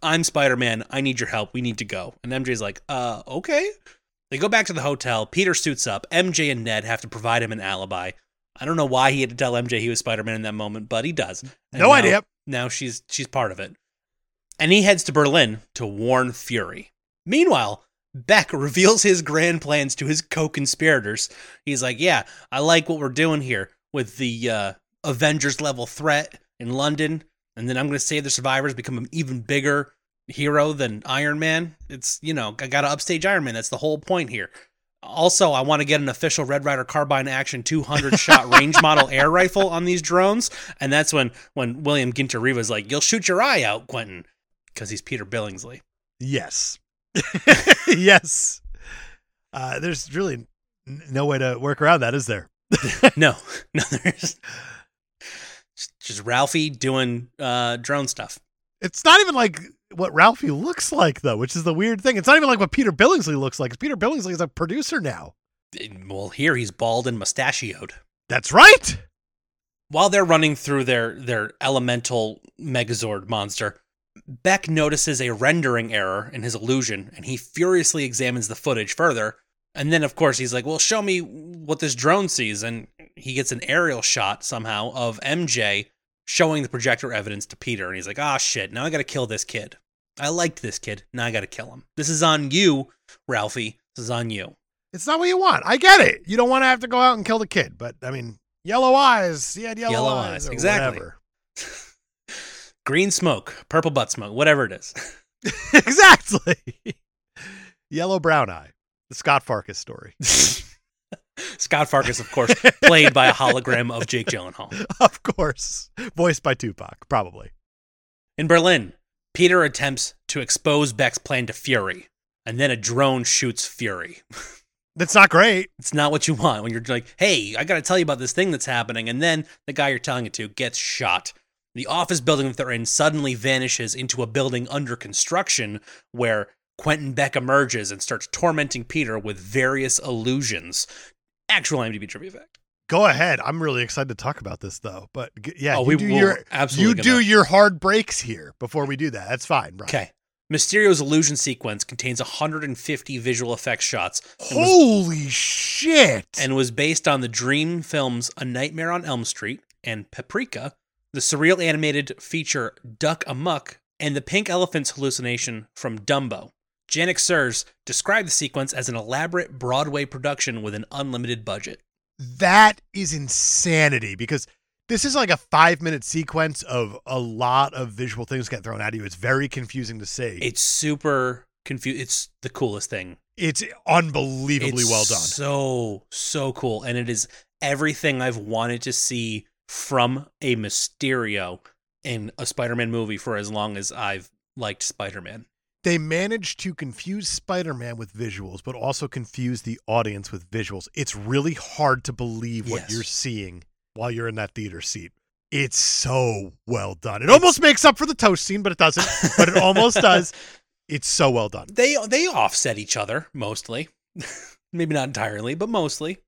Speaker 2: I'm Spider Man. I need your help. We need to go. And MJ's like, uh, okay. They go back to the hotel. Peter suits up. MJ and Ned have to provide him an alibi. I don't know why he had to tell MJ he was Spider Man in that moment, but he does. And
Speaker 1: no
Speaker 2: now-
Speaker 1: idea.
Speaker 2: now she's she's part of it. And he heads to Berlin to warn Fury. Meanwhile, Beck reveals his grand plans to his co-conspirators. He's like, "Yeah, I like what we're doing here with the uh, Avengers level threat in London, and then I'm going to save the survivors, become an even bigger hero than Iron Man. It's you know, I got to upstage Iron Man. That's the whole point here." Also, I want to get an official Red Rider Carbine Action 200 shot range model air rifle on these drones. And that's when when William Ginter Riva's like, "You'll shoot your eye out, Quentin," because he's Peter Billingsley.
Speaker 1: Yes. yes. Uh, there's really n- no way to work around that, is there?
Speaker 2: no, no, there's just- just Ralphie doing uh, drone stuff.
Speaker 1: It's not even like what Ralphie looks like, though, which is the weird thing. It's not even like what Peter Billingsley looks like. 'cause Peter Billingsley is a producer now.
Speaker 2: And, Well, here he's bald and mustachioed.
Speaker 1: That's right.
Speaker 2: While they're running through their their elemental Megazord monster, Beck notices a rendering error in his illusion, and he furiously examines the footage further. And then, of course, he's like, "Well, show me what this drone sees," and he gets an aerial shot somehow of MJ showing the projector evidence to Peter, and he's like, "Ah, shit! Now I got to kill this kid. I liked this kid. Now I got to kill him. This is on you, Ralphie. This is on you."
Speaker 1: It's not what you want. I get it. You don't want to have to go out and kill the kid, but I mean, yellow eyes. He had yellow,
Speaker 2: Yellow
Speaker 1: eyes.
Speaker 2: eyes,
Speaker 1: or
Speaker 2: exactly.
Speaker 1: Whatever.
Speaker 2: Green smoke, purple butt smoke, whatever it is.
Speaker 1: exactly. Yellow brown eye. The Scott Farkas story.
Speaker 2: Scott Farkas, of course, played by a hologram of Jake Gyllenhaal.
Speaker 1: of course. Voiced by Tupac, probably.
Speaker 2: In Berlin, Peter attempts to expose Beck's plan to Fury, and then a drone shoots Fury.
Speaker 1: That's not great.
Speaker 2: It's not what you want when you're like, hey, I got to tell you about this thing that's happening. And then the guy you're telling it to gets shot. The office building that they're in suddenly vanishes into a building under construction where Quentin Beck emerges and starts tormenting Peter with various illusions. Actual IMDb trivia fact.
Speaker 1: Go ahead. I'm really excited to talk about this though. But g- yeah,
Speaker 2: oh,
Speaker 1: you
Speaker 2: we
Speaker 1: do
Speaker 2: will
Speaker 1: your you
Speaker 2: absolutely get
Speaker 1: do
Speaker 2: that.
Speaker 1: your hard breaks here before we do that. That's fine, Brian.
Speaker 2: Okay. Mysterio's illusion sequence contains 150 visual effects shots and was,
Speaker 1: Holy shit.
Speaker 2: and was based on the Dream films A Nightmare on Elm Street and Paprika, the surreal animated feature Duck Amuck, and the pink elephant's hallucination from Dumbo. Janik Sirs described the sequence as an elaborate Broadway production with an unlimited budget.
Speaker 1: That is insanity because this is like a five minute sequence of a lot of visual things get thrown at you. It's very confusing to see.
Speaker 2: It's super confused. It's the coolest thing.
Speaker 1: it's unbelievably
Speaker 2: It's
Speaker 1: well done.
Speaker 2: So, so cool. And it is everything I've wanted to see from a Mysterio in a Spider Man movie for as long as I've liked Spider Man.
Speaker 1: they managed to confuse Spider-Man with visuals, but also confuse the audience with visuals. It's really hard to believe what
Speaker 2: Yes.
Speaker 1: you're seeing while you're in that theater seat. It's so well done. It almost makes up for the toast scene, but it doesn't. But it almost does. It's so well done.
Speaker 2: They they offset each other mostly. Maybe not entirely, but mostly.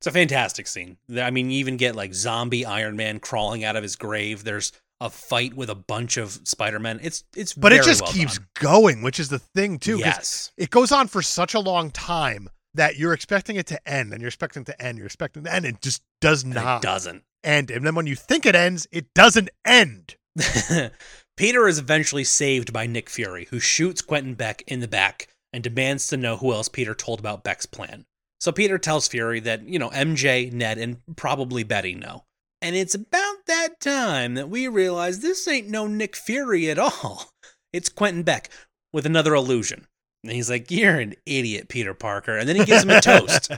Speaker 2: It's a fantastic scene. Th- I mean, you even get like zombie Iron Man crawling out of his grave. There's a fight with a bunch of Spider-Men. It's it's
Speaker 1: But it
Speaker 2: very
Speaker 1: just
Speaker 2: well
Speaker 1: keeps
Speaker 2: done.
Speaker 1: going, which is the thing too. 'cause
Speaker 2: Yes.
Speaker 1: It goes on for such a long time that you're expecting it to end, and you're expecting it to end, you're expecting it to end, and it just does
Speaker 2: And it
Speaker 1: not
Speaker 2: doesn't.
Speaker 1: end. And then when you think it ends, it doesn't end.
Speaker 2: Peter is eventually saved by Nick Fury, who shoots Quentin Beck in the back and demands to know who else Peter told about Beck's plan. So Peter tells Fury that, you know, MJ, Ned, and probably Betty know. And it's about that time that we realize this ain't no Nick Fury at all. It's Quentin Beck with another illusion. And he's like, You're an idiot, Peter Parker. And then he gives him a toast.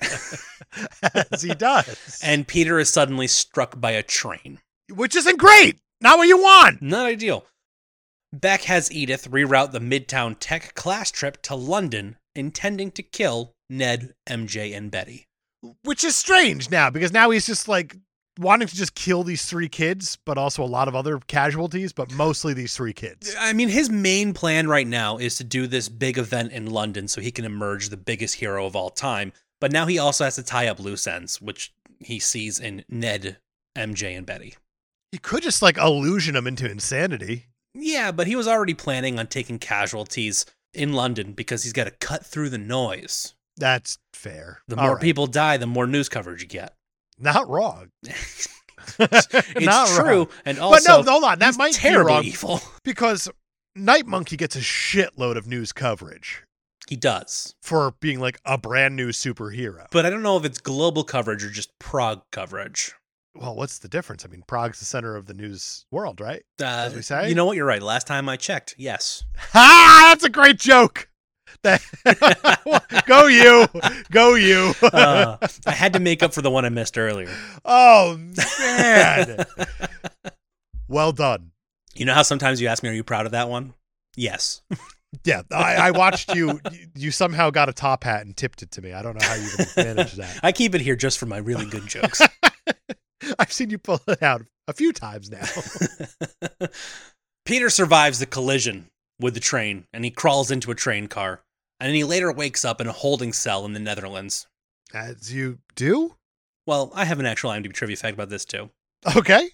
Speaker 1: As he does.
Speaker 2: And Peter is suddenly struck by a train.
Speaker 1: which isn't great. Not what you want.
Speaker 2: Not ideal. Beck has Edith reroute the Midtown Tech class trip to London, intending to kill Ned, MJ, and Betty.
Speaker 1: Which is strange now because now he's just like wanting to just kill these three kids, but also a lot of other casualties, but mostly these three kids.
Speaker 2: I mean, his main plan right now is to do this big event in London so he can emerge the biggest hero of all time. But now he also has to tie up loose ends, which he sees in Ned, MJ, and Betty.
Speaker 1: He could just like illusion them into insanity.
Speaker 2: Yeah, but he was already planning on taking casualties in London because he's got to cut through the noise.
Speaker 1: That's fair.
Speaker 2: The
Speaker 1: All
Speaker 2: more
Speaker 1: right.
Speaker 2: people die, the more news coverage you get.
Speaker 1: not wrong.
Speaker 2: It's
Speaker 1: Not
Speaker 2: true.
Speaker 1: wrong.
Speaker 2: And also,
Speaker 1: but no, hold on. That
Speaker 2: he's
Speaker 1: might be
Speaker 2: terribly
Speaker 1: wrong
Speaker 2: evil.
Speaker 1: because Night Monkey gets a shitload of news coverage
Speaker 2: He does.
Speaker 1: for being like a brand new superhero.
Speaker 2: But I don't know if it's global coverage or just Prague coverage.
Speaker 1: well, what's the difference? I mean, Prague's the center of the news world, right?
Speaker 2: Uh,
Speaker 1: As we say?
Speaker 2: You know what? You're right. Last time I checked, yes.
Speaker 1: Ha! That's a great joke. That- go you, go you.
Speaker 2: Uh, I had to make up for the one I missed earlier.
Speaker 1: oh man, well done.
Speaker 2: You know how sometimes you ask me, are you proud of that one? Yes.
Speaker 1: Yeah, I, I watched you. You somehow got a top hat and tipped it to me. I don't know how you even managed that.
Speaker 2: I keep it here just for my really good jokes.
Speaker 1: I've seen you pull it out a few times now.
Speaker 2: Peter survives the collision with the train and he crawls into a train car. And he later wakes up in a holding cell in the Netherlands.
Speaker 1: As you do.
Speaker 2: Well, I have an actual IMDb trivia fact about this too.
Speaker 1: Okay.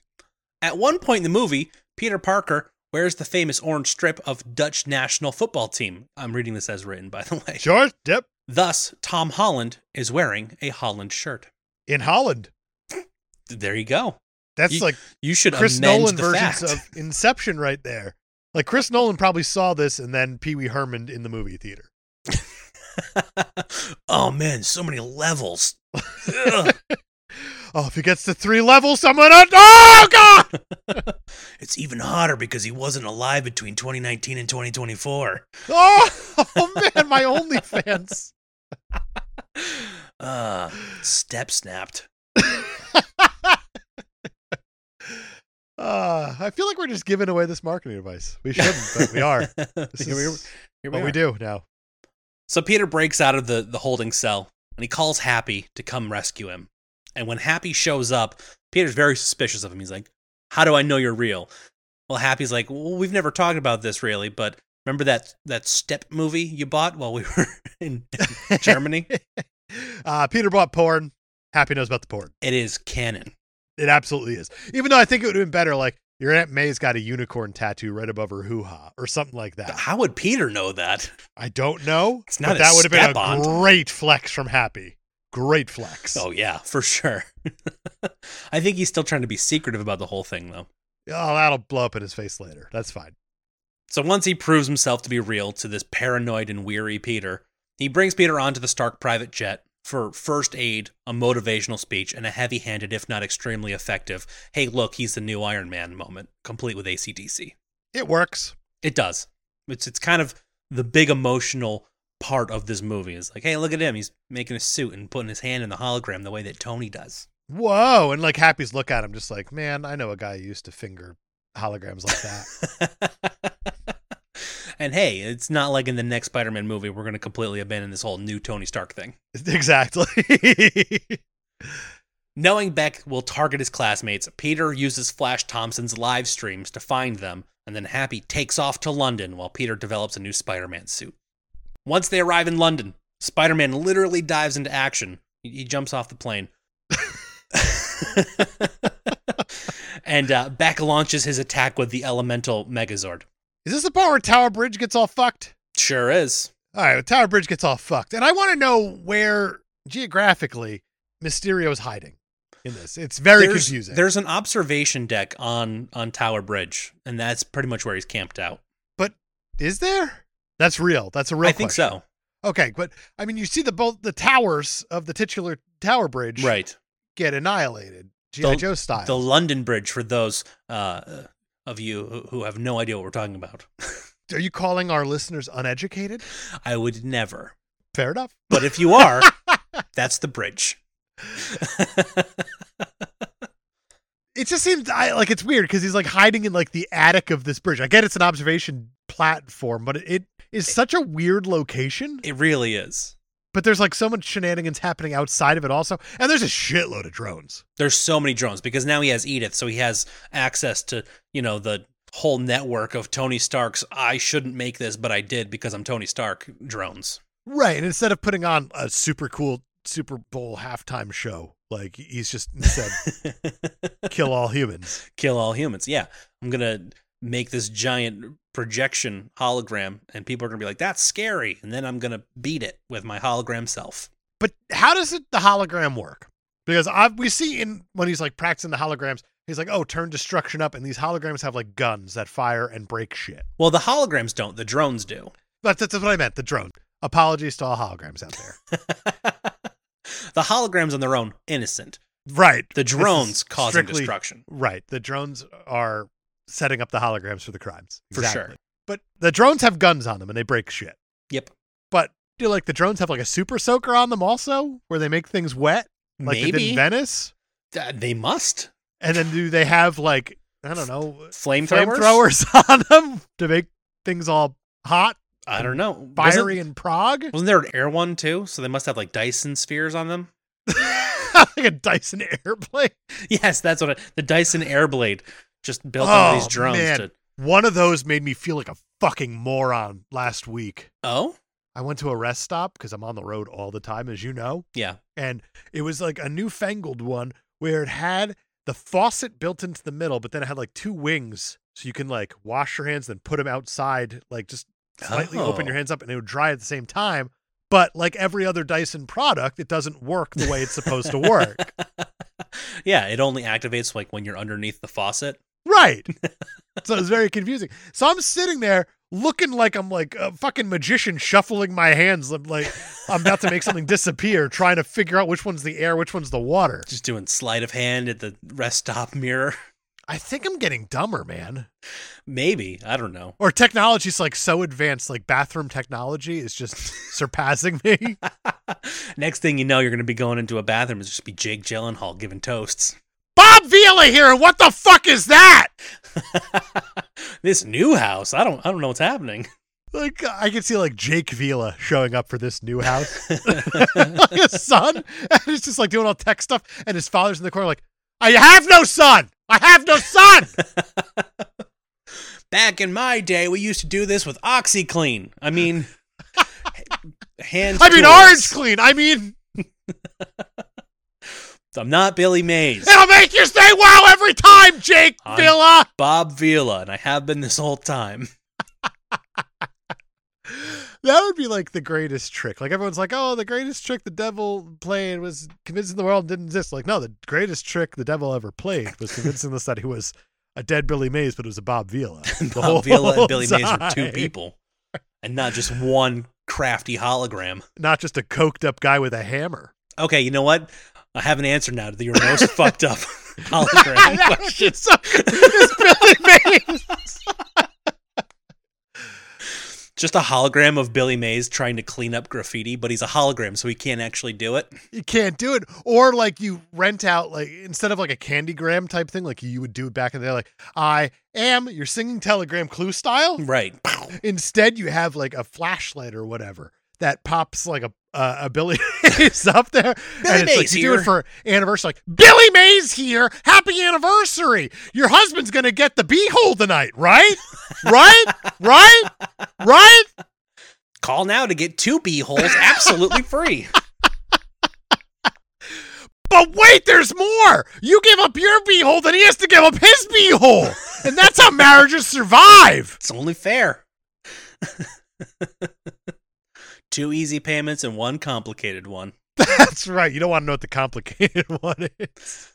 Speaker 2: At one point in the movie, Peter Parker wears the famous orange strip of Dutch national football team. I'm reading this as written, by the way.
Speaker 1: Sure. Yep.
Speaker 2: Thus, Tom Holland is wearing a Holland shirt.
Speaker 1: In Holland,
Speaker 2: There you go.
Speaker 1: that's
Speaker 2: You-
Speaker 1: like
Speaker 2: You should
Speaker 1: Chris
Speaker 2: amend
Speaker 1: Nolan
Speaker 2: the
Speaker 1: versions
Speaker 2: fact.
Speaker 1: of Inception right there. Like Chris Nolan probably saw this and then Pee Wee Herman in the movie theater.
Speaker 2: oh man, so many levels. Ugh.
Speaker 1: Oh, if he gets to three levels, someone. Oh God!
Speaker 2: it's even hotter because he wasn't alive between 2019 and 2024.
Speaker 1: Oh, oh man, my OnlyFans.
Speaker 2: Uh, step snapped.
Speaker 1: Uh, I feel like we're just giving away this marketing advice. We shouldn't, but we are. This
Speaker 2: Here we-
Speaker 1: is
Speaker 2: here we
Speaker 1: what we
Speaker 2: are.
Speaker 1: do now.
Speaker 2: So Peter breaks out of the, the holding cell and he calls Happy to come rescue him. And when Happy shows up, Peter's very suspicious of him. He's like, How do I know you're real? Well, Happy's like, Well, we've never talked about this really, but remember that, that step movie you bought while we were in Germany?
Speaker 1: Uh, Peter bought porn. Happy knows about the porn.
Speaker 2: it is canon.
Speaker 1: It absolutely is. Even though I think it would have been better, like your Aunt May's got a unicorn tattoo right above her hoo ha or something like that.
Speaker 2: How would Peter know that?
Speaker 1: I don't know.
Speaker 2: It's not
Speaker 1: but
Speaker 2: a
Speaker 1: that would have been
Speaker 2: step
Speaker 1: a
Speaker 2: on.
Speaker 1: great flex from Happy. Great flex.
Speaker 2: Oh, yeah, for sure. I think he's still trying to be secretive about the whole thing, though.
Speaker 1: Oh, that'll blow up in his face later. That's fine.
Speaker 2: So once he proves himself to be real to this paranoid and weary Peter, he brings Peter onto the Stark private jet for first aid, a motivational speech, and a heavy handed, if not extremely effective, hey, look, he's the new Iron Man moment, complete with ACDC.
Speaker 1: It works.
Speaker 2: It does. It's, it's kind of the big emotional part of this movie. It's like, hey, look at him. He's making a suit and putting his hand in the hologram the way that Tony does.
Speaker 1: Whoa. And like Happy's look at him, just like, man, I know a guy who used to finger holograms like that.
Speaker 2: and hey, it's not like in the next Spider Man movie, we're going to completely abandon this whole new Tony Stark thing.
Speaker 1: exactly.
Speaker 2: Knowing Beck will target his classmates, Peter uses Flash Thompson's live streams to find them, and then Happy takes off to London while Peter develops a new Spider Man suit. Once they arrive in London, Spider Man literally dives into action. He he jumps off the plane. and uh, Beck launches his attack with the Elemental Megazord.
Speaker 1: Is this the part where Tower Bridge gets all fucked?
Speaker 2: Sure is.
Speaker 1: All right, well, Tower Bridge gets all fucked, and I want to know where geographically Mysterio's hiding in this. It's very
Speaker 2: there's,
Speaker 1: confusing.
Speaker 2: There's an observation deck on on Tower Bridge, and that's pretty much where he's camped out.
Speaker 1: Is there? That's real. That's a real.
Speaker 2: I think
Speaker 1: question.
Speaker 2: so.
Speaker 1: Okay, but I mean, you see the both the towers of the titular Tower Bridge
Speaker 2: Right.
Speaker 1: get annihilated, GI
Speaker 2: The-
Speaker 1: Joe style.
Speaker 2: The London Bridge for those uh, of you who- who have no idea what we're talking about.
Speaker 1: Are you calling our listeners uneducated?
Speaker 2: I would never.
Speaker 1: Fair enough.
Speaker 2: But if you are, that's the bridge.
Speaker 1: It just seems I, like it's weird because he's like hiding in like the attic of this bridge. I get it's an observation platform, but it, it is such a weird location.
Speaker 2: it really is.
Speaker 1: But there's like so much shenanigans happening outside of it also, and there's a shitload of drones.
Speaker 2: There's so many drones because now he has Edith, so he has access to, you know, the whole network of Tony Stark's I shouldn't make this, but I did because I'm Tony Stark drones.
Speaker 1: Right, and instead of putting on a super cool Super Bowl halftime show, like he's just instead kill all humans.
Speaker 2: kill all humans. Yeah, I'm gonna make this giant projection hologram, and people are gonna be like, "That's scary," and then I'm gonna beat it with my hologram self.
Speaker 1: But how does it, the hologram work? Because I we see in when he's like practicing the holograms, he's like, "Oh, turn destruction up," and these holograms have like guns that fire and break shit.
Speaker 2: Well, the holograms don't; the drones do.
Speaker 1: But that's, that's what I meant. The drone. Apologies to all holograms out there.
Speaker 2: the holograms on their own, innocent.
Speaker 1: right.
Speaker 2: The
Speaker 1: This is
Speaker 2: drones causing
Speaker 1: strictly-
Speaker 2: destruction.
Speaker 1: Right. The drones are setting up the holograms for the crimes.
Speaker 2: For sure.
Speaker 1: But the drones have guns on them and they break shit.
Speaker 2: Yep.
Speaker 1: But do like the drones have like a super soaker on them also, where they make things wet, like they did
Speaker 2: Maybe
Speaker 1: in Venice?
Speaker 2: Uh, they must
Speaker 1: And then do they have like I don't know
Speaker 2: flamethrowers.
Speaker 1: flamethrowers on them to make things all hot,
Speaker 2: I don't know.
Speaker 1: fiery,
Speaker 2: Wasn't,
Speaker 1: in Prague?
Speaker 2: wasn't there an air one too? So they must have like Dyson spheres on them.
Speaker 1: like a Dyson airplane.
Speaker 2: Yes, that's what I, the Dyson Airblade just built on these
Speaker 1: Oh,
Speaker 2: drones.
Speaker 1: man.
Speaker 2: To,
Speaker 1: One of those made me feel like a fucking moron last week.
Speaker 2: oh,
Speaker 1: I went to a rest stop because I'm on the road all the time, as you know.
Speaker 2: yeah.
Speaker 1: And it was like a newfangled one where it had the faucet built into the middle, but then it had like two wings. So you can like wash your hands, then put them outside, like just slightly open
Speaker 2: Oh.
Speaker 1: your hands up and it would dry at the same time. But like every other Dyson product, it doesn't work the way it's supposed to work.
Speaker 2: yeah, it only activates like when you're underneath the faucet.
Speaker 1: Right. so it was very confusing. So I'm sitting there looking like I'm like a fucking magician shuffling my hands I'm like I'm about to make something disappear, trying to figure out which one's the air, which one's the water.
Speaker 2: Just doing sleight of hand at the rest stop mirror.
Speaker 1: I think I'm getting dumber, man.
Speaker 2: Maybe. I don't know.
Speaker 1: Or technology's like so advanced, like bathroom technology is just surpassing me.
Speaker 2: Next thing you know, you're going to be going into a bathroom and just be Jake Gyllenhaal giving toasts.
Speaker 1: Bob Vila here, and what the fuck is that?
Speaker 2: this new house, I don't I don't know what's happening.
Speaker 1: Like I can see like Jake Vila showing up for this new house, like his son, and he's just like doing all tech stuff, and his father's in the corner like, "I have no son. I have no son."
Speaker 2: Back in my day, we used to do this with OxyClean. I mean, hands.
Speaker 1: I mean,
Speaker 2: tools.
Speaker 1: orange clean. I mean,
Speaker 2: I'm not Billy Mays.
Speaker 1: it'll make you say wow every time, Jake
Speaker 2: I'm-
Speaker 1: Villa.
Speaker 2: Bob Vila, and I have been this whole time.
Speaker 1: That would be like the greatest trick. Like everyone's like, "Oh, the greatest trick the devil played was convincing the world didn't exist." Like, no, the greatest trick the devil ever played was convincing us that he was a dead Billy Mays, but it was a Bob Vila. The whole
Speaker 2: Bob Vila and Billy Mays were two
Speaker 1: time.
Speaker 2: people, and not just one crafty hologram.
Speaker 1: Not just a coked up guy with a hammer.
Speaker 2: Okay, you know what? I have an answer now to your most fucked up hologram
Speaker 1: That was
Speaker 2: question.
Speaker 1: just so- it's Billy Mays.
Speaker 2: Just a hologram of Billy Mays trying to clean up graffiti, but he's a hologram, so he can't actually do it.
Speaker 1: You can't do it. Or like you rent out like instead of like a candygram type thing, like you would do back in the day, like I am your singing telegram clue style.
Speaker 2: Right.
Speaker 1: Instead, you have like a flashlight or whatever that pops like a uh, a Billy Mays up there,
Speaker 2: Billy
Speaker 1: and it's
Speaker 2: Mays
Speaker 1: like you do
Speaker 2: here.
Speaker 1: it for anniversary. Like Billy Mays here, happy anniversary! Your husband's gonna get the beehole tonight, right? Right? right? Right?
Speaker 2: Call now to get two bee holes absolutely free.
Speaker 1: But wait, there's more. You give up your beehole, then he has to give up his beehole, and that's how marriages survive.
Speaker 2: It's only fair. two easy payments and one complicated one.
Speaker 1: That's right. You don't want to know what the complicated one is.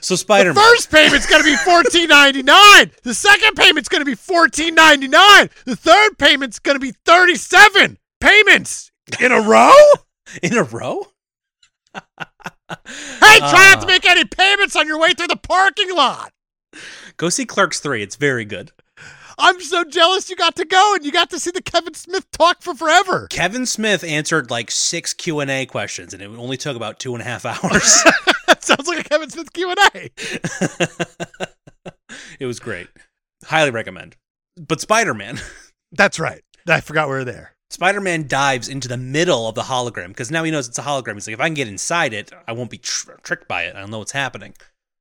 Speaker 2: So Spider
Speaker 1: The
Speaker 2: Man.
Speaker 1: first payment's gonna be fourteen ninety nine. The second payment's gonna be fourteen ninety nine. The third payment's gonna be thirty seven payments in a row.
Speaker 2: In a row?
Speaker 1: Hey, try
Speaker 2: Ah.
Speaker 1: not to make any payments on your way through the parking lot.
Speaker 2: Go see Clerks 3. It's very good.
Speaker 1: I'm so jealous you got to go and you got to see the Kevin Smith talk for forever.
Speaker 2: Kevin Smith answered like six Q and A questions, and it only took about two and a half hours.
Speaker 1: that sounds like a Kevin Smith Q and A.
Speaker 2: it was great. Highly recommend. But Spider Man,
Speaker 1: That's right. I forgot we were there.
Speaker 2: Spider Man dives into the middle of the hologram because now he knows it's a hologram. He's like, if I can get inside it, I won't be tr- tricked by it. I don't know what's happening.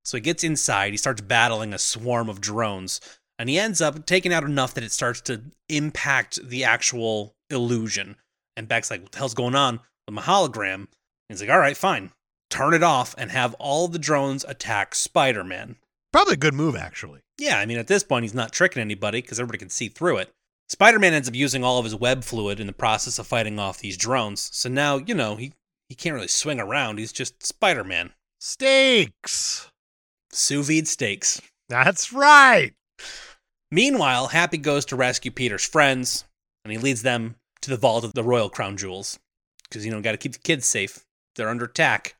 Speaker 2: So he gets inside. He starts battling a swarm of drones, and he ends up taking out enough that it starts to impact the actual illusion. And Beck's like, "What the hell's going on with my hologram?" And he's like, "All right, fine, turn it off and have all the drones attack Spider Man."
Speaker 1: Probably a good move, actually.
Speaker 2: Yeah, I mean, at this point, he's not tricking anybody because everybody can see through it. Spider Man ends up using all of his web fluid in the process of fighting off these drones. So now, you know, he, he can't really swing around. He's just Spider Man.
Speaker 1: Stakes.
Speaker 2: Sous vide steaks.
Speaker 1: That's right.
Speaker 2: Meanwhile, Happy goes to rescue Peter's friends and he leads them to the vault of the Royal Crown Jewels because, you know, got to keep the kids safe. They're under attack.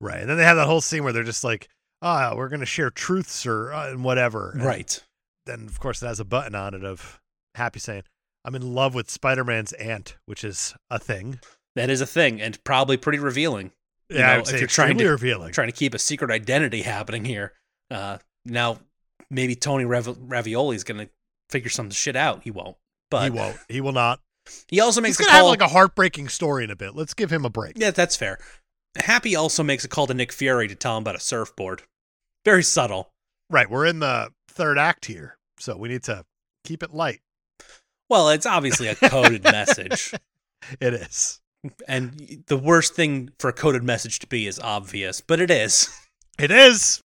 Speaker 1: Right. And then they have that whole scene where they're just like, oh, we're going to share truths or uh, and whatever. And
Speaker 2: Right.
Speaker 1: Then, of course, it has a button on it of Happy saying, I'm in love with Spider Man's aunt, which is a thing.
Speaker 2: That is a thing and probably pretty revealing. You
Speaker 1: I
Speaker 2: know,
Speaker 1: would
Speaker 2: if
Speaker 1: say
Speaker 2: you're trying
Speaker 1: extremely
Speaker 2: to-
Speaker 1: revealing.
Speaker 2: trying to keep a secret identity happening here. Uh, now, maybe Tony Rav- Ravioli is going to figure some shit out. He won't. But he,
Speaker 1: he won't. He will not.
Speaker 2: also makes
Speaker 1: He's
Speaker 2: a
Speaker 1: going to have
Speaker 2: call.
Speaker 1: like a heartbreaking story in a bit. Let's give him a break.
Speaker 2: yeah, that's fair. Happy also makes a call to Nick Fury to tell him about a surfboard. Very subtle.
Speaker 1: Right. We're in the third act here. So we need to keep it light.
Speaker 2: Well, it's obviously a coded message.
Speaker 1: It is.
Speaker 2: And the worst thing for a coded message to be is obvious, but it is.
Speaker 1: It is.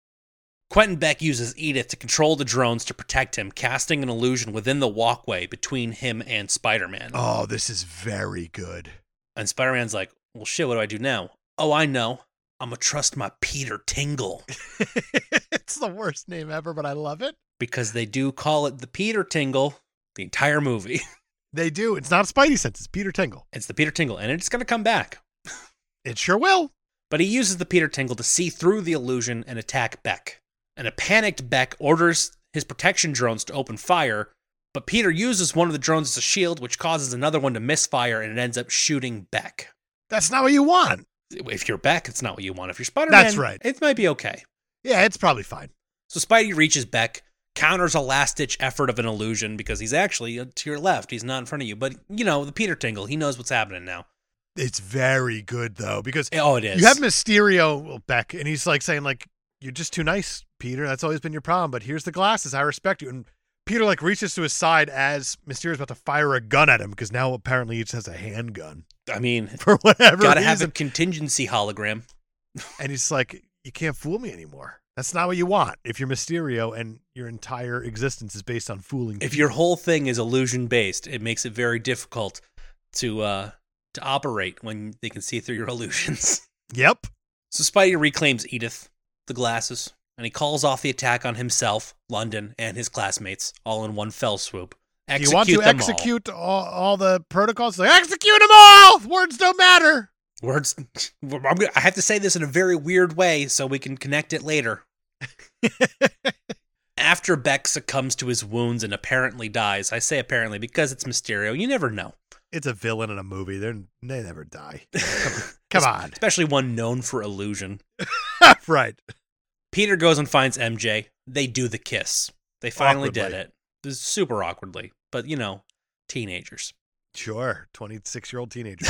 Speaker 2: Quentin Beck uses Edith to control the drones to protect him, casting an illusion within the walkway between him and Spider Man.
Speaker 1: Oh, this is very good.
Speaker 2: And Spider Man's like, well, shit, what do I do now? Oh, I know. I'm going to trust my Peter Tingle
Speaker 1: it's the worst name ever, but I love it.
Speaker 2: because they do call it the Peter Tingle the entire movie.
Speaker 1: They do. It's not Spidey sense. It's Peter Tingle.
Speaker 2: It's the Peter Tingle, and it's going to come back.
Speaker 1: It sure will.
Speaker 2: But he uses the Peter Tingle to see through the illusion and attack Beck. And a panicked Beck orders his protection drones to open fire, but Peter uses one of the drones as a shield, which causes another one to misfire and it ends up shooting Beck.
Speaker 1: That's not what you want.
Speaker 2: If you're Beck, it's not what you want. If you're Spider Man,
Speaker 1: That's right.
Speaker 2: It might be okay.
Speaker 1: Yeah, it's probably fine.
Speaker 2: So Spidey reaches Beck, counters a last ditch effort of an illusion because he's actually uh, to your left. He's not in front of you. But, you know, the Peter Tingle, he knows what's happening now.
Speaker 1: It's very good though because
Speaker 2: Oh, it is.
Speaker 1: you have Mysterio well, Beck, and he's like saying like you're just too nice, Peter. That's always been your problem. But here's the glasses. I respect you. And Peter like reaches to his side as Mysterio's about to fire a gun at him because now apparently he just has a handgun
Speaker 2: I mean,
Speaker 1: for whatever
Speaker 2: gotta have a
Speaker 1: reason.
Speaker 2: contingency hologram.
Speaker 1: and he's like, you can't fool me anymore. That's not what you want. If you're Mysterio and your entire existence is based on fooling,
Speaker 2: If
Speaker 1: people.
Speaker 2: your whole thing is illusion based, it makes it very difficult to uh to operate when they can see through your illusions.
Speaker 1: yep,
Speaker 2: So Spidey reclaims Edith, the glasses, and he calls off the attack on himself, London, and his classmates all in one fell swoop.
Speaker 1: Do
Speaker 2: Execute
Speaker 1: you want to
Speaker 2: them
Speaker 1: execute all. All, the protocols? Like, execute them all. Words don't matter.
Speaker 2: all. Words. I'm gonna, I have to say this in a very weird way so we can connect it later. After Beck succumbs to his wounds and apparently dies, I say apparently because it's Mysterio. You never know.
Speaker 1: It's a villain in a movie. They're, they never die. Come on.
Speaker 2: Especially one known for illusion.
Speaker 1: right.
Speaker 2: Peter goes and finds MJ. They do the kiss. They finally did
Speaker 1: Awkwardly.
Speaker 2: it. This is super awkwardly, but you know, teenagers.
Speaker 1: Sure. 26 year old teenager.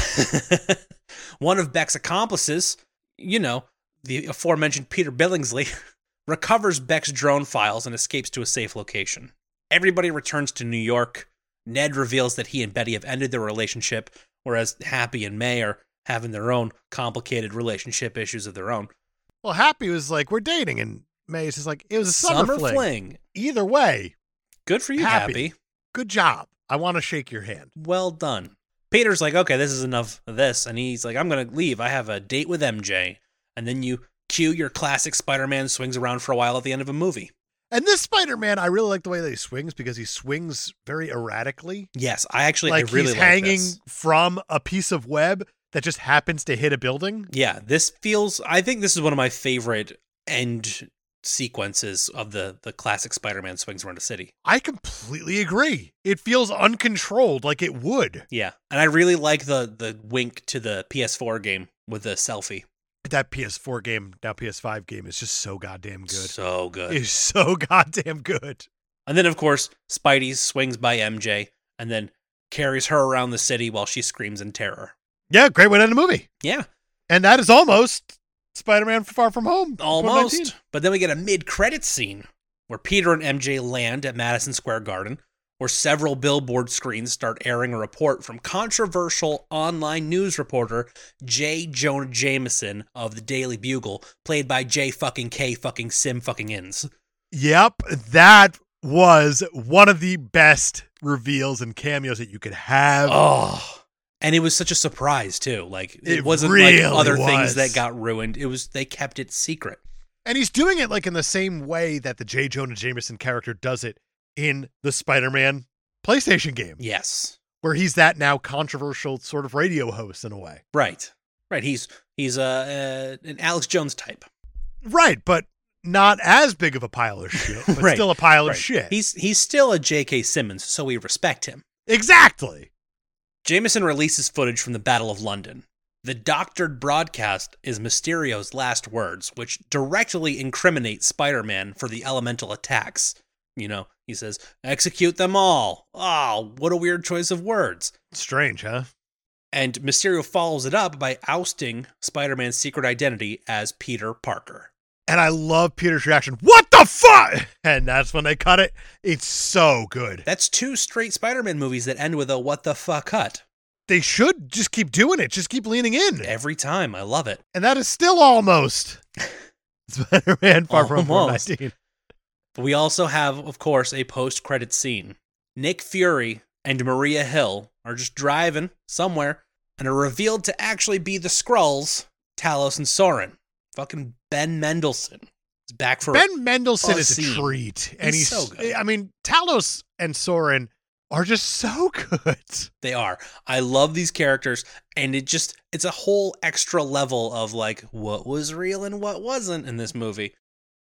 Speaker 2: One of Beck's accomplices, you know, the aforementioned Peter Billingsley, recovers Beck's drone files and escapes to a safe location. Everybody returns to New York. Ned reveals that he and Betty have ended their relationship, whereas Happy and May are having their own complicated relationship issues of their own.
Speaker 1: well, Happy was like, we're dating. And May is just like, it was a summer, fling.
Speaker 2: fling.
Speaker 1: Either way,
Speaker 2: Good for you,
Speaker 1: Happy.
Speaker 2: Happy.
Speaker 1: good job. I want to shake your hand.
Speaker 2: Well done. Peter's like, okay, this is enough of this. And he's like, I'm going to leave. I have a date with MJ. And then you cue your classic Spider Man swings around for a while at the end of a movie.
Speaker 1: And this Spider Man, I really like the way that he swings because he swings very erratically.
Speaker 2: Yes, I actually
Speaker 1: Like
Speaker 2: I really
Speaker 1: he's
Speaker 2: like
Speaker 1: hanging
Speaker 2: this.
Speaker 1: from a piece of web that just happens to hit a building.
Speaker 2: Yeah, this feels. I think this is one of my favorite end sequences of the the classic Spider Man swings around a city.
Speaker 1: I completely agree. It feels uncontrolled, like it would.
Speaker 2: Yeah, and I really like the the wink to the PS4 game with the selfie.
Speaker 1: That PS4 game, now PS5 game, is just so goddamn good.
Speaker 2: So good.
Speaker 1: Is so goddamn good.
Speaker 2: And then, of course, Spidey swings by MJ and then carries her around the city while she screams in terror.
Speaker 1: Yeah, great way to end a movie.
Speaker 2: Yeah,
Speaker 1: And that is almost Spider Man Far From Home. 2019.
Speaker 2: almost. But then we get a mid credit scene where Peter and MJ land at Madison Square Garden, where several billboard screens start airing a report from controversial online news reporter J. Jonah Jameson of the Daily Bugle, played by J fucking K fucking Sim fucking Inns.
Speaker 1: Yep, that was one of the best reveals and cameos that you could have.
Speaker 2: Oh. And it was such a surprise too. Like it,
Speaker 1: It
Speaker 2: wasn't
Speaker 1: really
Speaker 2: like other things
Speaker 1: was.
Speaker 2: that got ruined. It was they kept it secret.
Speaker 1: And he's doing it like in the same way that the J. Jonah Jameson character does it in the Spider Man PlayStation game,
Speaker 2: Yes.
Speaker 1: where he's that now controversial sort of radio host in a way.
Speaker 2: Right. Right. He's he's uh, uh an Alex Jones type.
Speaker 1: Right, but not as big of a pile of shit, but
Speaker 2: Right,
Speaker 1: still a pile
Speaker 2: Right.
Speaker 1: of Oh, shit.
Speaker 2: He's he's still a J.K. Simmons, so we respect him.
Speaker 1: exactly.
Speaker 2: Jameson releases footage from the Battle of London. The doctored broadcast is Mysterio's last words, which directly incriminate Spider Man for the elemental attacks. You know, he says, execute them all. Oh, what a weird choice of words.
Speaker 1: Strange, huh?
Speaker 2: And Mysterio follows it up by ousting Spider Man's secret identity as Peter Parker.
Speaker 1: And I love Peter's reaction. What the fuck? And that's when they cut it. It's so good.
Speaker 2: That's two straight Spider Man movies that end with a what the fuck cut.
Speaker 1: They should just keep doing it. Just keep leaning in.
Speaker 2: Every time. I love it.
Speaker 1: And that is still almost Spider-Man Far From Home
Speaker 2: Almost.
Speaker 1: 19.
Speaker 2: But we also have, of course, a post credit scene. Nick Fury and Maria Hill are just driving somewhere and are revealed to actually be the Skrulls, Talos and Soren. Fucking Ben Mendelsohn is back for
Speaker 1: Ben Mendelsohn
Speaker 2: a
Speaker 1: is a
Speaker 2: scene.
Speaker 1: treat. And
Speaker 2: Oh, He's
Speaker 1: he's,
Speaker 2: so good.
Speaker 1: I mean, Talos and Soren are just so good.
Speaker 2: They are. I love these characters, and it just it's a whole extra level of like what was real and what wasn't in this movie.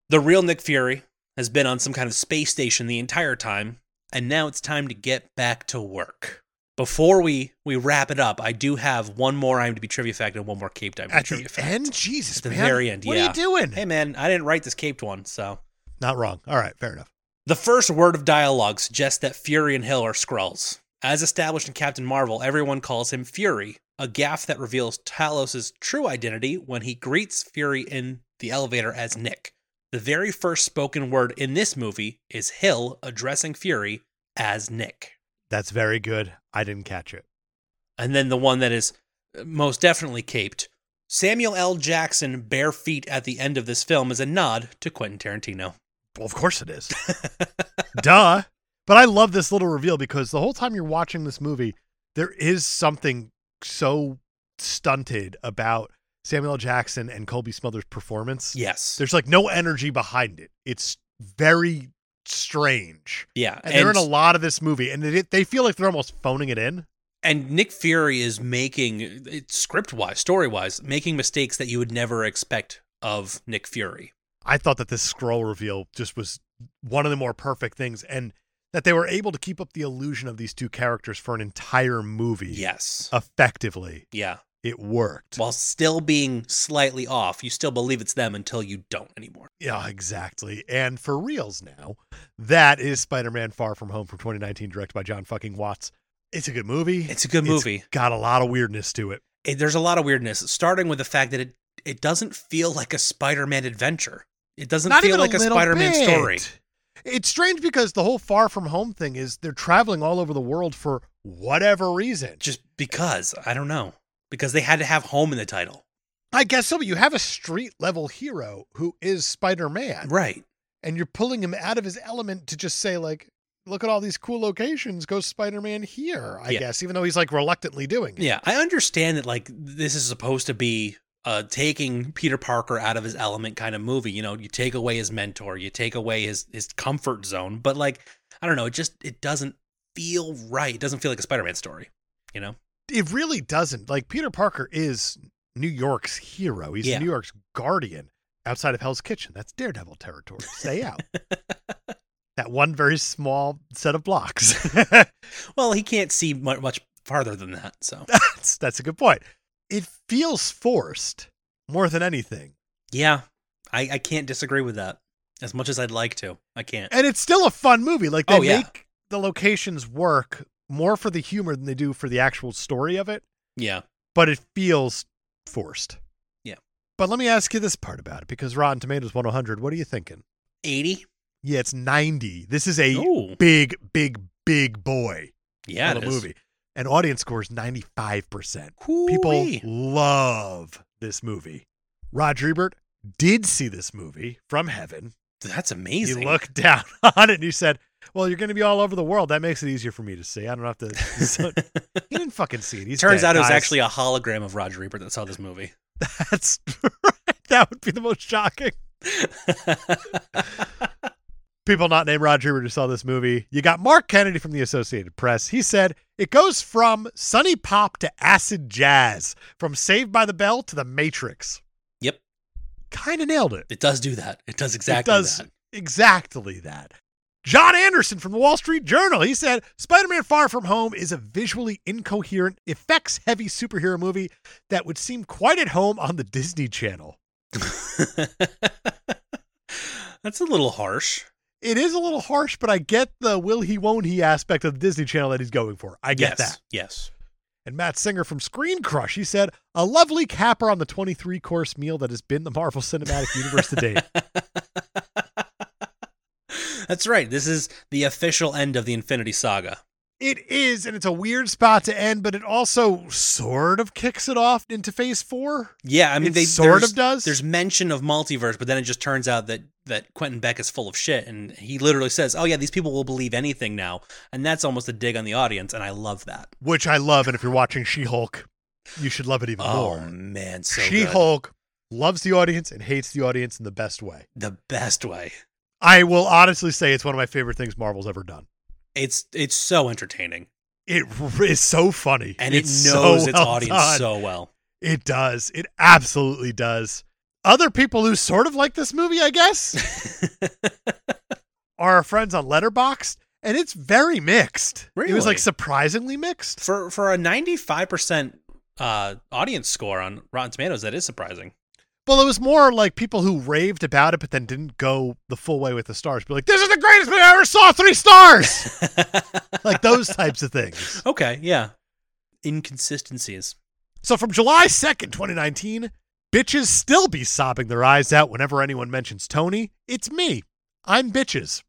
Speaker 2: The real Nick Fury has been on some kind of space station the entire time, and now it's time to get back to work. Before we we wrap it up, I do have one more IMDb trivia fact and one more Cape Dive
Speaker 1: At
Speaker 2: trivia
Speaker 1: the
Speaker 2: fact.
Speaker 1: end, Jesus,
Speaker 2: At the
Speaker 1: man.
Speaker 2: very end,
Speaker 1: What
Speaker 2: yeah.
Speaker 1: are you doing?
Speaker 2: Hey man, I didn't write this caped one, so
Speaker 1: Not wrong. All right, fair enough.
Speaker 2: the first word of dialogue suggests that Fury and Hill are Skrulls. As established in Captain Marvel, everyone calls him Fury, a gaffe that reveals Talos' true identity when he greets Fury in the elevator as Nick. The very first spoken word in this movie is Hill addressing Fury as Nick.
Speaker 1: That's very good. I didn't catch it.
Speaker 2: And then the one that is uh, most definitely caped. Samuel L. Jackson bare feet at the end of this film is a nod to Quentin Tarantino.
Speaker 1: Well, of course it is. Duh. But I love this little reveal because the whole time you're watching this movie, there is something so stunted about Samuel L. Jackson and Colby Smulders' performance.
Speaker 2: Yes.
Speaker 1: There's like no energy behind it. It's very strange.
Speaker 2: yeah.
Speaker 1: And, they're in a lot of this movie, and they, they feel like they're almost phoning it in.
Speaker 2: and Nick Fury is making script wise, story wise, making mistakes that you would never expect of Nick Fury.
Speaker 1: I thought that this scroll reveal just was one of the more perfect things, and that they were able to keep up the illusion of these two characters for an entire movie.
Speaker 2: Yes.
Speaker 1: Uh, Effectively,
Speaker 2: yeah.
Speaker 1: it worked.
Speaker 2: While still being slightly off, you still believe it's them until you don't anymore.
Speaker 1: Yeah, exactly. And for reals now, that is Spider Man Far From Home from 2019, directed by John fucking Watts. It's a good movie.
Speaker 2: It's a good movie.
Speaker 1: got a lot of weirdness to it.
Speaker 2: It- there's a lot of weirdness, starting with the fact that it it doesn't feel like a Spider-Man adventure. It doesn't feel like a,
Speaker 1: little
Speaker 2: Spider-Man
Speaker 1: bit.
Speaker 2: story.
Speaker 1: It's strange because the whole Far From Home thing is they're traveling all over the world for whatever reason.
Speaker 2: Just because I don't know because they had to have home in the title,
Speaker 1: I guess so, but you have a street level hero who is Spider Man,
Speaker 2: right?
Speaker 1: and you're pulling him out of his element to just say, like, look at all these cool locations, go Spider Man here, I
Speaker 2: Yeah.
Speaker 1: guess, even though he's like reluctantly doing it.
Speaker 2: Yeah, I understand that like this is supposed to be uh taking Peter Parker out of his element kind of movie. You know, you take away his mentor, you take away his his comfort zone, but like I don't know, it just it doesn't feel right. It doesn't feel like a Spider-Man story, you know?
Speaker 1: It really doesn't. Like, Peter Parker is New York's hero, he's
Speaker 2: Yeah.
Speaker 1: New York's guardian outside of Hell's Kitchen. That's Daredevil territory. Stay out. that one very small set of blocks.
Speaker 2: Well, he can't see mu- much farther than that, so.
Speaker 1: that's, that's a good point. It feels forced more than anything.
Speaker 2: Yeah. I I can't disagree with that. As much as I'd like to, I can't.
Speaker 1: and it's still a fun movie. Like they
Speaker 2: Oh, yeah.
Speaker 1: make the locations work more for the humor than they do for the actual story of it,
Speaker 2: Yeah.
Speaker 1: but it feels forced.
Speaker 2: Yeah.
Speaker 1: But let me ask you this part about it because Rotten Tomatoes 100. What are you thinking?
Speaker 2: 80?
Speaker 1: Yeah, it's 90. This is a
Speaker 2: Oh.
Speaker 1: big, big, big boy
Speaker 2: Yeah,
Speaker 1: of
Speaker 2: it
Speaker 1: a
Speaker 2: is.
Speaker 1: movie. And audience scores 95%. People
Speaker 2: Hoo-wee.
Speaker 1: love this movie. Roger Ebert did see this movie from heaven.
Speaker 2: That's amazing.
Speaker 1: You looked down on it and you said, Well, you're going to be all over the world. That makes it easier for me to see. I don't have to. so- he didn't fucking see it. He's
Speaker 2: Turns
Speaker 1: dead,
Speaker 2: out it was
Speaker 1: guys.
Speaker 2: actually a hologram of Roger Ebert that saw this movie.
Speaker 1: That's right. That would be the most shocking. People not named Roger Ebert who saw this movie. You got Mark Kennedy from the Associated Press. He said, It goes from sunny pop to acid jazz, from Saved by the Bell to The Matrix.
Speaker 2: Yep.
Speaker 1: Kind of nailed it.
Speaker 2: It does do that. It does exactly
Speaker 1: does.
Speaker 2: that.
Speaker 1: exactly that. John Anderson from the Wall Street Journal, he said, Spider-Man Far From Home is a visually incoherent, effects-heavy superhero movie that would seem quite at home on the Disney Channel.
Speaker 2: That's a little harsh.
Speaker 1: It is a little harsh, but I get the will he won't he aspect of the Disney Channel that he's going for. I
Speaker 2: yes.
Speaker 1: get that.
Speaker 2: Yes.
Speaker 1: And Matt Singer from Screen Crush, he said, a lovely capper on the 23-course meal that has been the Marvel Cinematic Universe to date.
Speaker 2: That's right. This is the official end of the Infinity Saga.
Speaker 1: It is, and it's a weird spot to end, but it also sort of kicks it off into phase four.
Speaker 2: Yeah, I mean,
Speaker 1: It
Speaker 2: they
Speaker 1: sort of
Speaker 2: there's-
Speaker 1: does.
Speaker 2: There's mention of multiverse, but then it just turns out that that Quentin Beck is full of shit, and he literally says, "Oh yeah, these people will believe anything now," and that's almost a dig on the audience, and I love that.
Speaker 1: which I love. And if you're watching She Hulk, you should love it even
Speaker 2: Oh
Speaker 1: more.
Speaker 2: man, so
Speaker 1: she
Speaker 2: good.
Speaker 1: Hulk loves the audience and hates the audience in the best way.
Speaker 2: the best way.
Speaker 1: I will honestly say it's one of my favorite things Marvel's ever done.
Speaker 2: It's it's so entertaining,
Speaker 1: It r- is so funny,
Speaker 2: and it knows
Speaker 1: so
Speaker 2: its
Speaker 1: well
Speaker 2: audience
Speaker 1: done.
Speaker 2: so well.
Speaker 1: it does. It absolutely does. Other people who sort of like this movie, I guess, are our friends on Letterboxd, and it's very mixed. It was
Speaker 2: Really?
Speaker 1: like surprisingly mixed.
Speaker 2: for for a 95% uh audience score on Rotten Tomatoes that is surprising.
Speaker 1: Well, it was more like people who raved about it, but then didn't go the full way with the stars. Be like, this is the greatest movie I ever saw. Three stars. like those types of things.
Speaker 2: okay, yeah. Inconsistencies.
Speaker 1: So from July 2nd, 2019, bitches still be sobbing their eyes out whenever anyone mentions Tony. It's me. I'm bitches.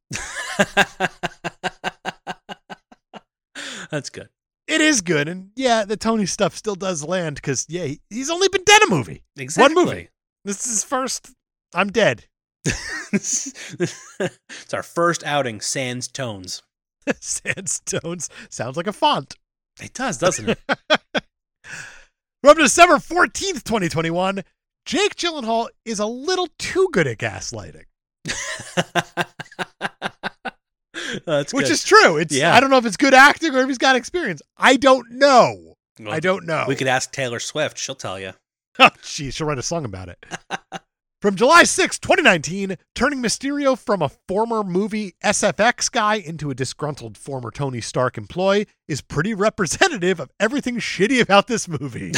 Speaker 2: That's good.
Speaker 1: It is good. And yeah, the Tony stuff still does land because, yeah, he- he's only been dead a movie.
Speaker 2: Exactly.
Speaker 1: movie. This is his first. I'm dead.
Speaker 2: it's our first outing sans tones.
Speaker 1: Sandstones sounds like a font.
Speaker 2: It does, doesn't it?
Speaker 1: We're up to December 14th, 2021. Jake Gyllenhaal is a little too good at gaslighting,
Speaker 2: That's
Speaker 1: which
Speaker 2: good.
Speaker 1: is true. It's
Speaker 2: Yeah.
Speaker 1: I don't know if it's good acting or if he's got experience. I don't know.
Speaker 2: Well,
Speaker 1: I don't know.
Speaker 2: We could ask Taylor Swift. She'll tell you.
Speaker 1: Jeez, she'll write a song about it. from July 6, 2019, turning Mysterio from a former movie SFX guy into a disgruntled former Tony Stark employee is pretty representative of everything shitty about this movie.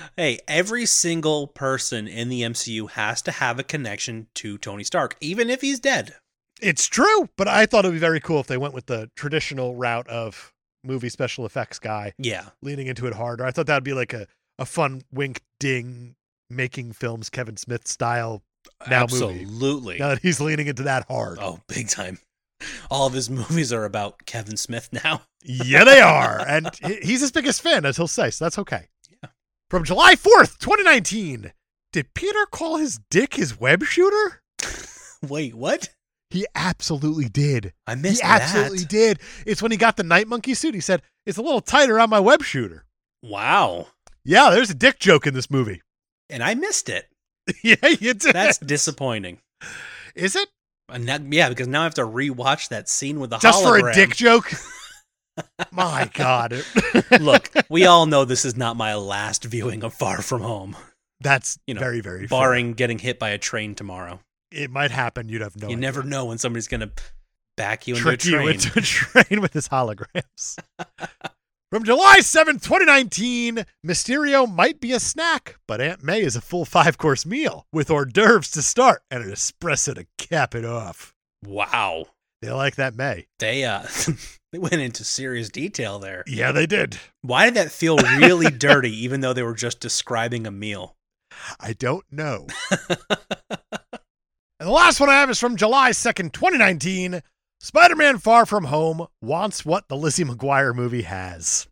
Speaker 2: hey, every single person in the MCU has to have a connection to Tony Stark, even if he's dead.
Speaker 1: it's true, but I thought it would be very cool if they went with the traditional route of movie special effects guy
Speaker 2: Yeah.
Speaker 1: leaning into it harder. I thought that would be like a, a fun wink ding making films Kevin Smith style now movie.
Speaker 2: absolutely.
Speaker 1: Now that he's leaning into that hard.
Speaker 2: Oh, big time. All of his movies are about Kevin Smith now.
Speaker 1: yeah, they are. And he- he's his biggest fan, as he'll say, so that's okay. From July 4th, 2019. Did Peter call his dick his web shooter?
Speaker 2: Wait, what?
Speaker 1: He absolutely did.
Speaker 2: I
Speaker 1: He
Speaker 2: missed that.
Speaker 1: absolutely did. It's when he got the night monkey suit. He said, It's a little tighter on my web shooter.
Speaker 2: Wow.
Speaker 1: Yeah, there's a dick joke in this movie.
Speaker 2: And I missed it.
Speaker 1: yeah, you did.
Speaker 2: That's disappointing.
Speaker 1: Is it?
Speaker 2: And now- yeah, because now I have to rewatch that scene with the
Speaker 1: Just for a
Speaker 2: hologram.
Speaker 1: dick joke? my God.
Speaker 2: Look, we all know this is not my last viewing of Far From Home,
Speaker 1: That's
Speaker 2: You know,
Speaker 1: very, very fair.
Speaker 2: barring getting hit by a train tomorrow.
Speaker 1: It might happen. You'd have no
Speaker 2: you
Speaker 1: idea.
Speaker 2: never know when somebody's going to back you into
Speaker 1: trick
Speaker 2: a train.
Speaker 1: you into a train with his holograms. From July seventh, 2019, Mysterio might be a snack, but Aunt May is a full five course meal with hors d'oeuvres to start and an espresso to cap it off.
Speaker 2: wow.
Speaker 1: They like that May.
Speaker 2: They uh they went into serious detail there.
Speaker 1: Yeah, they did.
Speaker 2: Why did that feel really dirty even though they were just describing a meal?
Speaker 1: I don't know. and the last one I have is from July 2nd, 2019. Spider Man Far From Home wants what the Lizzie McGuire movie has.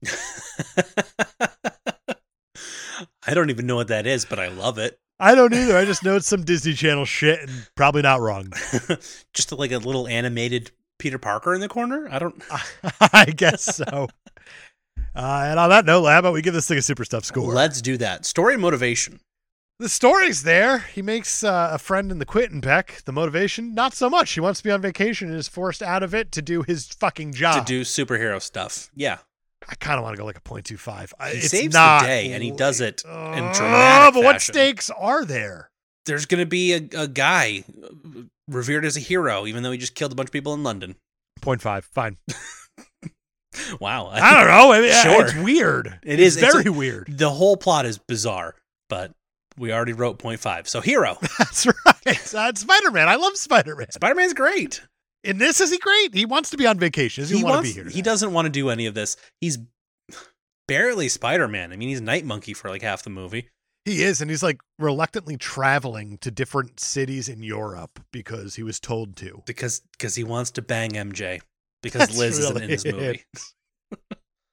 Speaker 2: I don't even know what that is, but I love it.
Speaker 1: I don't either. I just know it's some Disney Channel shit and probably not wrong.
Speaker 2: just like a little animated Peter Parker in the corner? I don't
Speaker 1: I guess so. Uh, and on that note, how about we give this thing a super stuff score?
Speaker 2: Let's do that. Story and motivation.
Speaker 1: the story's there. He makes uh, a friend in the quit and peck. The motivation, not so much. He wants to be on vacation and is forced out of it to do his fucking job.
Speaker 2: to do superhero stuff. Yeah.
Speaker 1: I kind of want to go like a 0.25. I-
Speaker 2: He
Speaker 1: it's
Speaker 2: saves the
Speaker 1: not,
Speaker 2: day, and he does it in
Speaker 1: Oh,
Speaker 2: dramatic
Speaker 1: but what
Speaker 2: fashion.
Speaker 1: stakes are there?
Speaker 2: There's going to be a, a guy uh, revered as a hero, even though he just killed a bunch of people in London.
Speaker 1: 0.5. Fine.
Speaker 2: Wow.
Speaker 1: I don't know. I mean, I-
Speaker 2: Sure.
Speaker 1: It's weird.
Speaker 2: It is-
Speaker 1: It's
Speaker 2: it's
Speaker 1: very
Speaker 2: a-
Speaker 1: weird.
Speaker 2: the whole plot is bizarre, but we already wrote point five. So, hero.
Speaker 1: That's right. Uh, Spider Man. I love Spider Man.
Speaker 2: Spider Man's great.
Speaker 1: In this, is he great? He wants to be on vacation. Does he, want
Speaker 2: wants-
Speaker 1: to be here?
Speaker 2: he doesn't want to do any of this. He's barely Spider Man. I mean, he's Night Monkey for like half the movie.
Speaker 1: He is, and he's like reluctantly traveling to different cities in Europe because he was told to.
Speaker 2: because because he wants to bang MJ because
Speaker 1: That's
Speaker 2: Liz isn't in
Speaker 1: really
Speaker 2: this movie.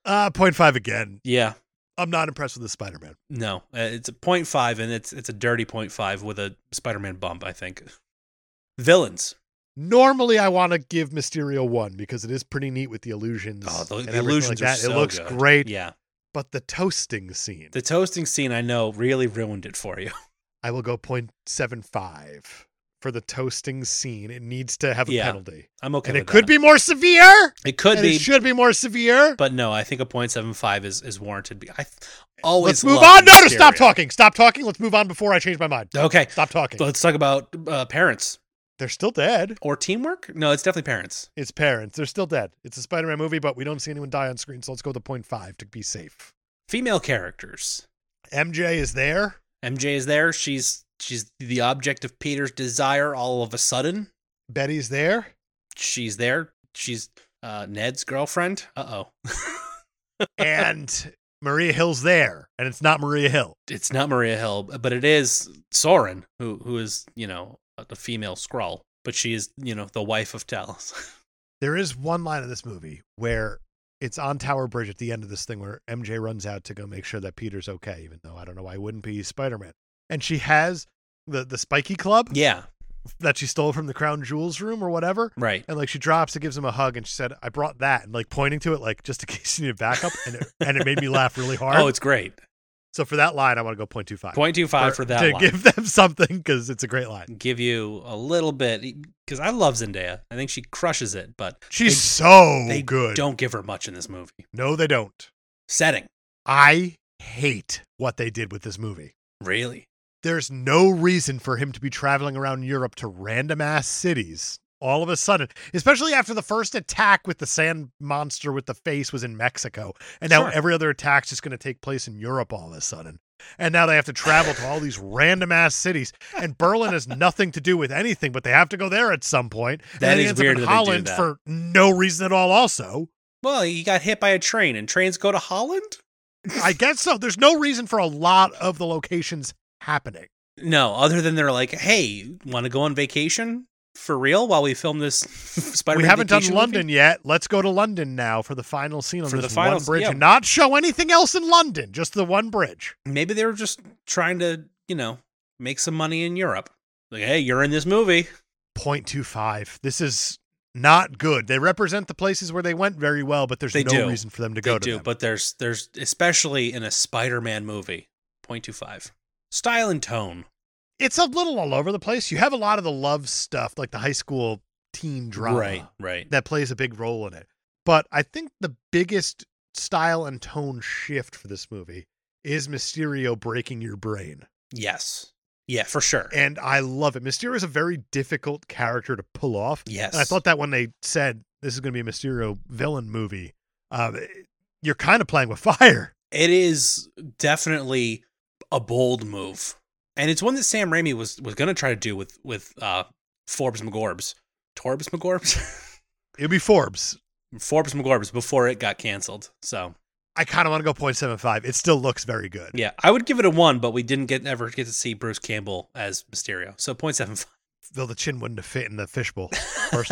Speaker 1: Uh, 0.5 again.
Speaker 2: Yeah,
Speaker 1: I'm not impressed with the Spider Man.
Speaker 2: no, uh, it's a point five, and it's it's a dirty point five with a Spider-Man bump. I think villains.
Speaker 1: Normally, I want to give Mysterio one because it is pretty neat with the illusions.
Speaker 2: Oh, the,
Speaker 1: and
Speaker 2: the
Speaker 1: everything
Speaker 2: illusions
Speaker 1: like
Speaker 2: are
Speaker 1: that.
Speaker 2: so
Speaker 1: It looks
Speaker 2: good.
Speaker 1: great,
Speaker 2: Yeah,
Speaker 1: but the toasting scene,
Speaker 2: the toasting scene I know really ruined it for you.
Speaker 1: I will go 0.75 for the toasting scene. It needs to have a
Speaker 2: Yeah,
Speaker 1: penalty,
Speaker 2: I'm okay.
Speaker 1: and it
Speaker 2: with
Speaker 1: could
Speaker 2: that.
Speaker 1: be more severe.
Speaker 2: It could
Speaker 1: and
Speaker 2: be.
Speaker 1: It should be more severe.
Speaker 2: but no, I think a point seven five is is warranted. I th- always
Speaker 1: Let's move
Speaker 2: loved
Speaker 1: on. No, no, stop
Speaker 2: Mysterio.
Speaker 1: talking. Stop talking. Let's move on before I change my mind.
Speaker 2: Okay,
Speaker 1: Stop talking.
Speaker 2: let's talk about uh, parents
Speaker 1: They're still dead.
Speaker 2: or teamwork. No, it's definitely parents.
Speaker 1: It's parents. They're still dead. It's a Spider-Man movie, but we don't see anyone die on screen, so let's go to 0.5 to be safe.
Speaker 2: Female characters.
Speaker 1: MJ is there.
Speaker 2: MJ is there. She's she's the object of Peter's desire all of a sudden.
Speaker 1: Betty's there.
Speaker 2: She's there. She's uh, Ned's girlfriend. Uh oh.
Speaker 1: And Maria Hill's there. And it's not Maria Hill.
Speaker 2: It's not Maria Hill, but it is Soren, who who is, you know, a female scroll. But she is, you know, the wife of Talos.
Speaker 1: There is one line in this movie where it's on Tower Bridge at the end of this thing where MJ runs out to go make sure that Peter's okay, even though I don't know why he wouldn't be Spider-Man. And she has the the spiky club.
Speaker 2: yeah.
Speaker 1: that she stole from the crown jewels room or whatever.
Speaker 2: Right.
Speaker 1: And like she drops and gives him a hug and she said, I brought that and like pointing to it like just in case you need backup and it, and it made me laugh really hard.
Speaker 2: Oh, it's great.
Speaker 1: so for that line I want to go 0.25.
Speaker 2: 0.25 for that
Speaker 1: to
Speaker 2: line.
Speaker 1: give them something because it's a great line.
Speaker 2: give you a little bit because I love Zendaya. I think she crushes it, but
Speaker 1: She's
Speaker 2: They-
Speaker 1: so
Speaker 2: they
Speaker 1: good.
Speaker 2: don't give her much in this movie.
Speaker 1: No, they don't.
Speaker 2: Setting,
Speaker 1: I hate what they did with this movie.
Speaker 2: really?
Speaker 1: There's no reason for him to be traveling around Europe to random ass cities all of a sudden, especially after the first attack with the sand monster with the face was in Mexico. And now
Speaker 2: Sure.
Speaker 1: every other attack's just going to take place in Europe all of a sudden. And now they have to travel to all these random ass cities. And Berlin has nothing to do with anything, but they have to go there at some point. And
Speaker 2: That
Speaker 1: then he
Speaker 2: is
Speaker 1: ends up
Speaker 2: weird
Speaker 1: in
Speaker 2: that they do
Speaker 1: Holland
Speaker 2: that.
Speaker 1: for no reason at all, also.
Speaker 2: Well, he got hit by a train, and trains go to Holland.
Speaker 1: I guess so. There's no reason for a lot of the locations happening.
Speaker 2: No, other than they're like, "Hey, want to go on vacation for real while we film this Spider-Man?"
Speaker 1: we haven't done
Speaker 2: vacation movie?"
Speaker 1: London yet. Let's go to London now for the final scene on
Speaker 2: For
Speaker 1: this
Speaker 2: the final
Speaker 1: one
Speaker 2: s-
Speaker 1: bridge
Speaker 2: yeah.
Speaker 1: and not show anything else in London, just the one bridge.
Speaker 2: Maybe they were just trying to, you know, make some money in Europe. Like, hey, you're in this movie.
Speaker 1: 0.25. This is not good. They represent the places where they went very well, but there's
Speaker 2: They
Speaker 1: no
Speaker 2: do.
Speaker 1: reason for them to
Speaker 2: They
Speaker 1: go to
Speaker 2: do,
Speaker 1: them.
Speaker 2: but there's there's especially in a Spider-Man movie. 0.25. Style and tone.
Speaker 1: it's a little all over the place. You have a lot of the love stuff, like the high school teen drama.
Speaker 2: Right, right.
Speaker 1: that plays a big role in it. But I think the biggest style and tone shift for this movie is Mysterio breaking your brain.
Speaker 2: Yes. Yeah, for sure.
Speaker 1: And I love it. Mysterio is a very difficult character to pull off.
Speaker 2: yes.
Speaker 1: And I thought that when they said this is going to be a Mysterio villain movie, um, you're kind of playing with fire.
Speaker 2: it is definitely a bold move. And it's one that Sam Raimi was was going to try to do with with uh Forbes McGorbs. Torbs McGorbs?
Speaker 1: It'll be Forbes.
Speaker 2: Forbes McGorbs before it got canceled. So,
Speaker 1: I kind of want to go 0.75. It still looks very good.
Speaker 2: yeah, I would give it a 1, but we didn't get ever get to see Bruce Campbell as Mysterio. So 0.75.
Speaker 1: Though the chin wouldn't have fit in the fishbowl, first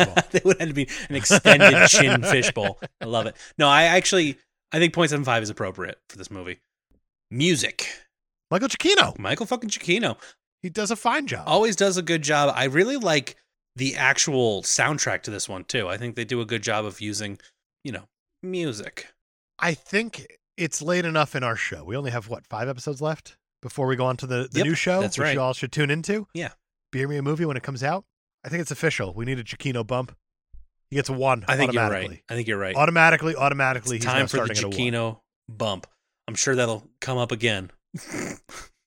Speaker 1: of all.
Speaker 2: they would have to be an extended chin fishbowl. I love it. No, I actually I think 0.75 is appropriate for this movie. Music.
Speaker 1: Michael Giacchino,
Speaker 2: Michael fucking Giacchino
Speaker 1: he does a fine job.
Speaker 2: always does a good job. I really like the actual soundtrack to this one too. I think they do a good job of using, you know, music.
Speaker 1: I think it's late enough in our show. We only have what five episodes left before we go on to the, the
Speaker 2: Yep,
Speaker 1: new show,
Speaker 2: that's
Speaker 1: which
Speaker 2: right.
Speaker 1: you all should tune into.
Speaker 2: Yeah.
Speaker 1: beer me a movie when it comes out. I think it's official. We need a Chiquino bump. He gets a one.
Speaker 2: I think you're right.
Speaker 1: automatically.
Speaker 2: I think you're right.
Speaker 1: Automatically, automatically,
Speaker 2: It's
Speaker 1: he's now
Speaker 2: time for the
Speaker 1: starting at a one.
Speaker 2: Chiquino bump. I'm sure that'll come up again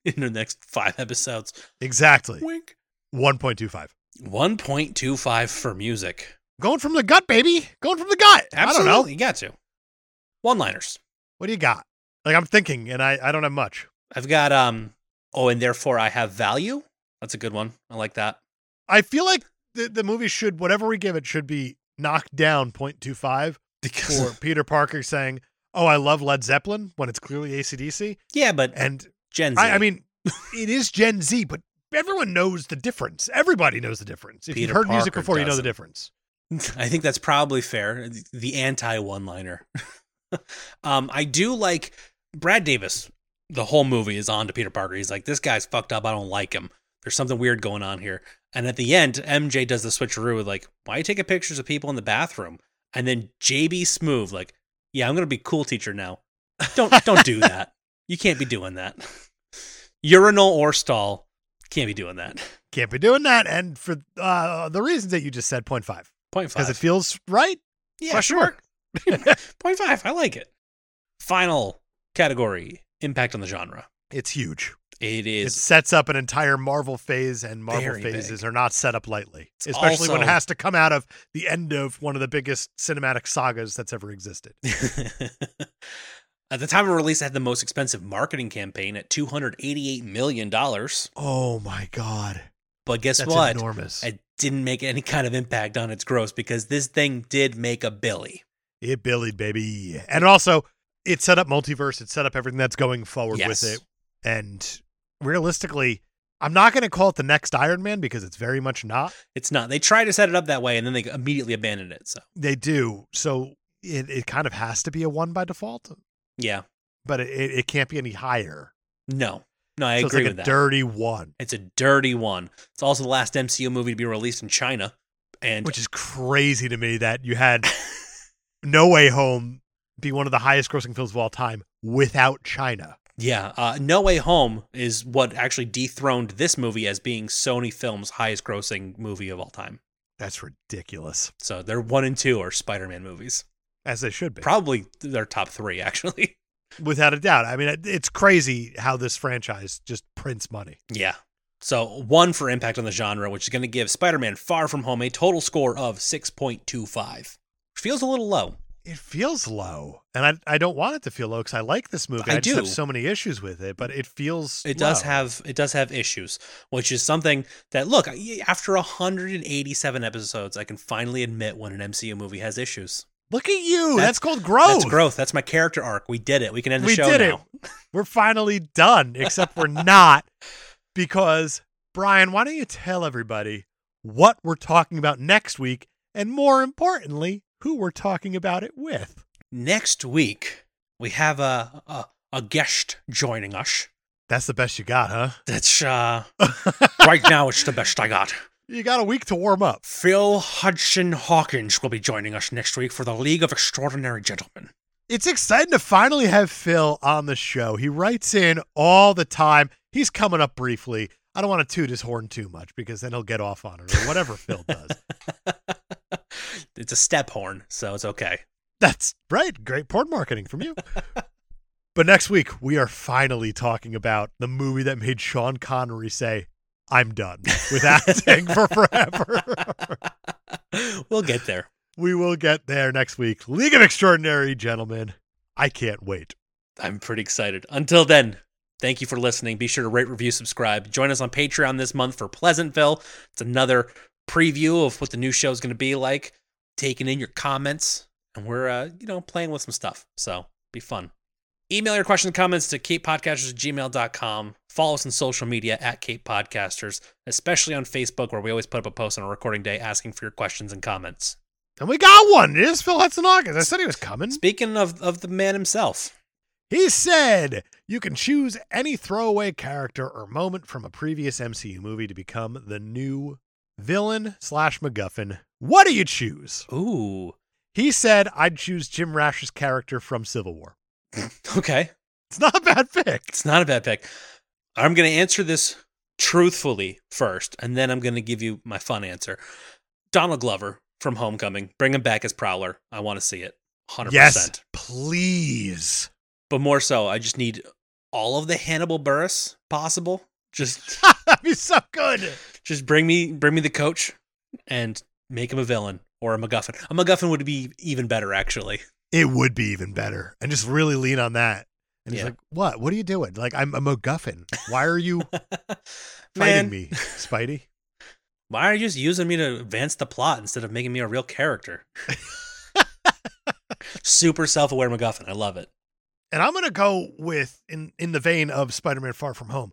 Speaker 2: in the next five episodes.
Speaker 1: Exactly,
Speaker 2: Wink.
Speaker 1: one point two five.
Speaker 2: 1.25 for music.
Speaker 1: Going from the gut, baby. Going from the gut.
Speaker 2: Absolutely.
Speaker 1: I don't know.
Speaker 2: You got to. One liners.
Speaker 1: What do you got? Like I'm thinking, and I I don't have much.
Speaker 2: I've got um oh and therefore I have value. That's a good one. I like that.
Speaker 1: I feel like the the movie should whatever we give it should be knocked down 0.25
Speaker 2: Because
Speaker 1: for Peter Parker saying, "Oh, I love Led Zeppelin" when it's clearly ACDC.
Speaker 2: Yeah, but
Speaker 1: And
Speaker 2: Gen Z.
Speaker 1: I, I mean, it is Gen Z, but everyone knows the difference. Everybody knows the difference. If
Speaker 2: Peter
Speaker 1: you've heard music
Speaker 2: Parker
Speaker 1: before, you know the
Speaker 2: doesn't.
Speaker 1: difference.
Speaker 2: I think that's probably fair. The- The anti one liner. um, I do like Brad Davis. The whole movie is on to Peter Parker. He's like, this guy's fucked up. I don't like him. There's something weird going on here. And at the end, MJ does the switcheroo with like, why are you taking pictures of people in the bathroom? And then JB Smooth, like, yeah, I'm gonna be cool teacher now. Don't don't do that. You can't be doing that. Urinal or stall. Can't be doing that.
Speaker 1: Can't be doing that. And for uh, the reasons that you just said, 0.5.
Speaker 2: Point five.
Speaker 1: Because it feels right.
Speaker 2: Yeah,
Speaker 1: Question
Speaker 2: sure.
Speaker 1: mark?
Speaker 2: Point five. I like it. Final category: impact on the genre.
Speaker 1: It's huge.
Speaker 2: It
Speaker 1: It
Speaker 2: is
Speaker 1: sets up an entire Marvel phase, and Marvel
Speaker 2: Very
Speaker 1: phases are not set up lightly,
Speaker 2: It's
Speaker 1: especially when it
Speaker 2: also-
Speaker 1: has to come out of the end of one of the biggest cinematic sagas that's ever existed.
Speaker 2: at the time of release. It had the most expensive marketing campaign at two hundred eighty-eight million dollars.
Speaker 1: Oh my God.
Speaker 2: But guess
Speaker 1: That's
Speaker 2: what?
Speaker 1: enormous.
Speaker 2: It didn't make any kind of impact on its gross because this thing did make a billy.
Speaker 1: It billied, baby. And also, it set up multiverse. It set up everything that's going forward
Speaker 2: Yes.
Speaker 1: with it. And realistically, I'm not going to call it the next Iron Man because it's very much not.
Speaker 2: It's not. They tried to set it up that way and then they immediately abandoned it. So
Speaker 1: They do. So it, it kind of has to be a one by default,
Speaker 2: yeah,
Speaker 1: but it, it can't be any higher.
Speaker 2: no. No, I
Speaker 1: so it's
Speaker 2: agree
Speaker 1: like a
Speaker 2: with that.
Speaker 1: dirty one,
Speaker 2: it's a dirty one. It's also the last MCU movie to be released in China. And
Speaker 1: which is crazy to me that you had No Way Home be one of the highest grossing films of all time without China.
Speaker 2: yeah, uh, No Way Home is what actually dethroned this movie as being Sony Films' highest grossing movie of all time.
Speaker 1: That's ridiculous,
Speaker 2: So their one and two are Spider Man movies.
Speaker 1: as they should be.
Speaker 2: Probably their top three, actually.
Speaker 1: Without a doubt. I mean, it- it's crazy how this franchise just prints money.
Speaker 2: Yeah. So one for impact on the genre, which is going to give Spider Man Far From Home a total score of 6.25. Which feels a little low.
Speaker 1: It feels low, and I I don't want it to feel low because I like this movie.
Speaker 2: I
Speaker 1: I, just have
Speaker 2: do.
Speaker 1: so many issues with it, but it feels
Speaker 2: It does
Speaker 1: low.
Speaker 2: have it does have issues, which is something that look after 187 episodes, I can finally admit when an MCU movie has issues.
Speaker 1: Look at you.
Speaker 2: That's-
Speaker 1: That's, called growth.
Speaker 2: That's growth. That's my character arc. We did it. We can end the
Speaker 1: We
Speaker 2: show
Speaker 1: did it.
Speaker 2: now.
Speaker 1: We're finally done, except we're not because Brian, why don't you tell everybody what we're talking about next week and more importantly, who we're talking about it with?
Speaker 2: Next week we have a a, a guest joining us.
Speaker 1: That's the best you got,
Speaker 2: That's uh,
Speaker 1: huh?
Speaker 2: right now it's the best I got.
Speaker 1: you got a week to warm up.
Speaker 2: Phil Hudson Hawkins will be joining us next week for the League of Extraordinary Gentlemen.
Speaker 1: It's exciting to finally have Phil on the show. He writes in all the time. He's coming up briefly. I don't want to toot his horn too much because then he'll get off on it or whatever Phil does.
Speaker 2: It's a step horn, so it's okay.
Speaker 1: That's right. Great porn marketing from you. but next week, we are finally talking about the movie that made Sean Connery say, I'm done with acting for forever.
Speaker 2: we'll get there.
Speaker 1: we will get there next week. League of Extraordinary Gentlemen. I can't wait.
Speaker 2: I'm pretty excited. Until then, thank you for listening. Be sure to rate, review, subscribe. Join us on Patreon this month for Pleasantville. It's another preview of what the new show is going to be like. Taking in your comments, and we're uh, you know playing with some stuff, so be fun. Email your questions and comments to katepodcasters gmail.com. Follow us on social media at Kate Podcasters, especially on Facebook, where we always put up a post on our recording day asking for your questions and comments.
Speaker 1: And we got one. It is Phil Hudson Hawkins. I said he was coming.
Speaker 2: Speaking of, of the man himself,
Speaker 1: He said, You can choose any throwaway character or moment from a previous MCU movie to become the new villain slash MacGuffin. What do you choose?
Speaker 2: ooh,
Speaker 1: He said, I'd choose Jim Rash's character from Civil War.
Speaker 2: okay.
Speaker 1: It's not a bad pick.
Speaker 2: It's not a bad pick. I'm going to answer this truthfully first, and then I'm going to give you my fun answer. Donald Glover from Homecoming, bring him back as Prowler. I want to see it 100%.
Speaker 1: Yes, please.
Speaker 2: But more so, I just need all of the Hannibal Burris possible. Just
Speaker 1: That'd be so good.
Speaker 2: just bring me bring me the coach and make him a villain or a MacGuffin. A MacGuffin would be even better actually.
Speaker 1: It would be even better. And just really lean on that. And he's
Speaker 2: Yeah.
Speaker 1: like, What? What are you doing? Like, I'm a MacGuffin. Why are you
Speaker 2: Man,
Speaker 1: fighting me, Spidey?
Speaker 2: Why are you just using me to advance the plot instead of making me a real character? Super self-aware MacGuffin. I love it.
Speaker 1: And I'm gonna go with in in the vein of Spider-Man: Far From Home,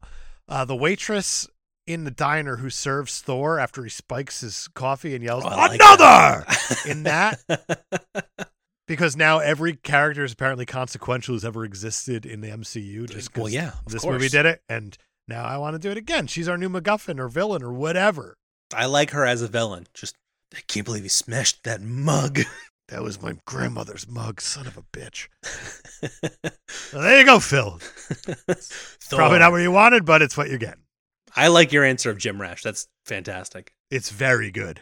Speaker 1: uh, the waitress in the diner who serves Thor after he spikes his coffee and yells,
Speaker 2: Oh, I like
Speaker 1: "Another!"
Speaker 2: that.
Speaker 1: in that, because now every character is apparently consequential who's ever existed in the MCU. Just 'cause
Speaker 2: well, yeah. of
Speaker 1: this
Speaker 2: course.
Speaker 1: movie did it, and now I want to do it again. She's our new MacGuffin or villain or whatever.
Speaker 2: I like her as a villain. Just I can't believe he smashed that mug.
Speaker 1: That was my grandmother's mug, son of a bitch. Well, there you go, Phil.
Speaker 2: Thor.
Speaker 1: Probably not what you wanted, but it's what you're getting.
Speaker 2: I like your answer of Jim Rash. That's fantastic.
Speaker 1: It's very good.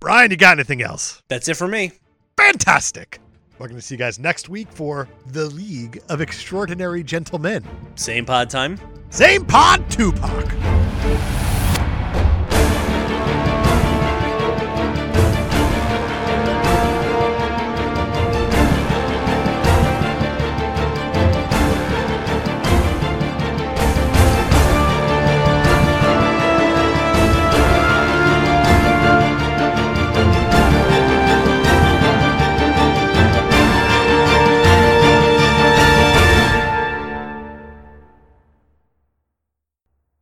Speaker 1: Brian, you got anything else?
Speaker 2: That's it for me.
Speaker 1: Fantastic. We're going to see you guys next week for The League of Extraordinary Gentlemen.
Speaker 2: Same pod time.
Speaker 1: Same pod, Tupac.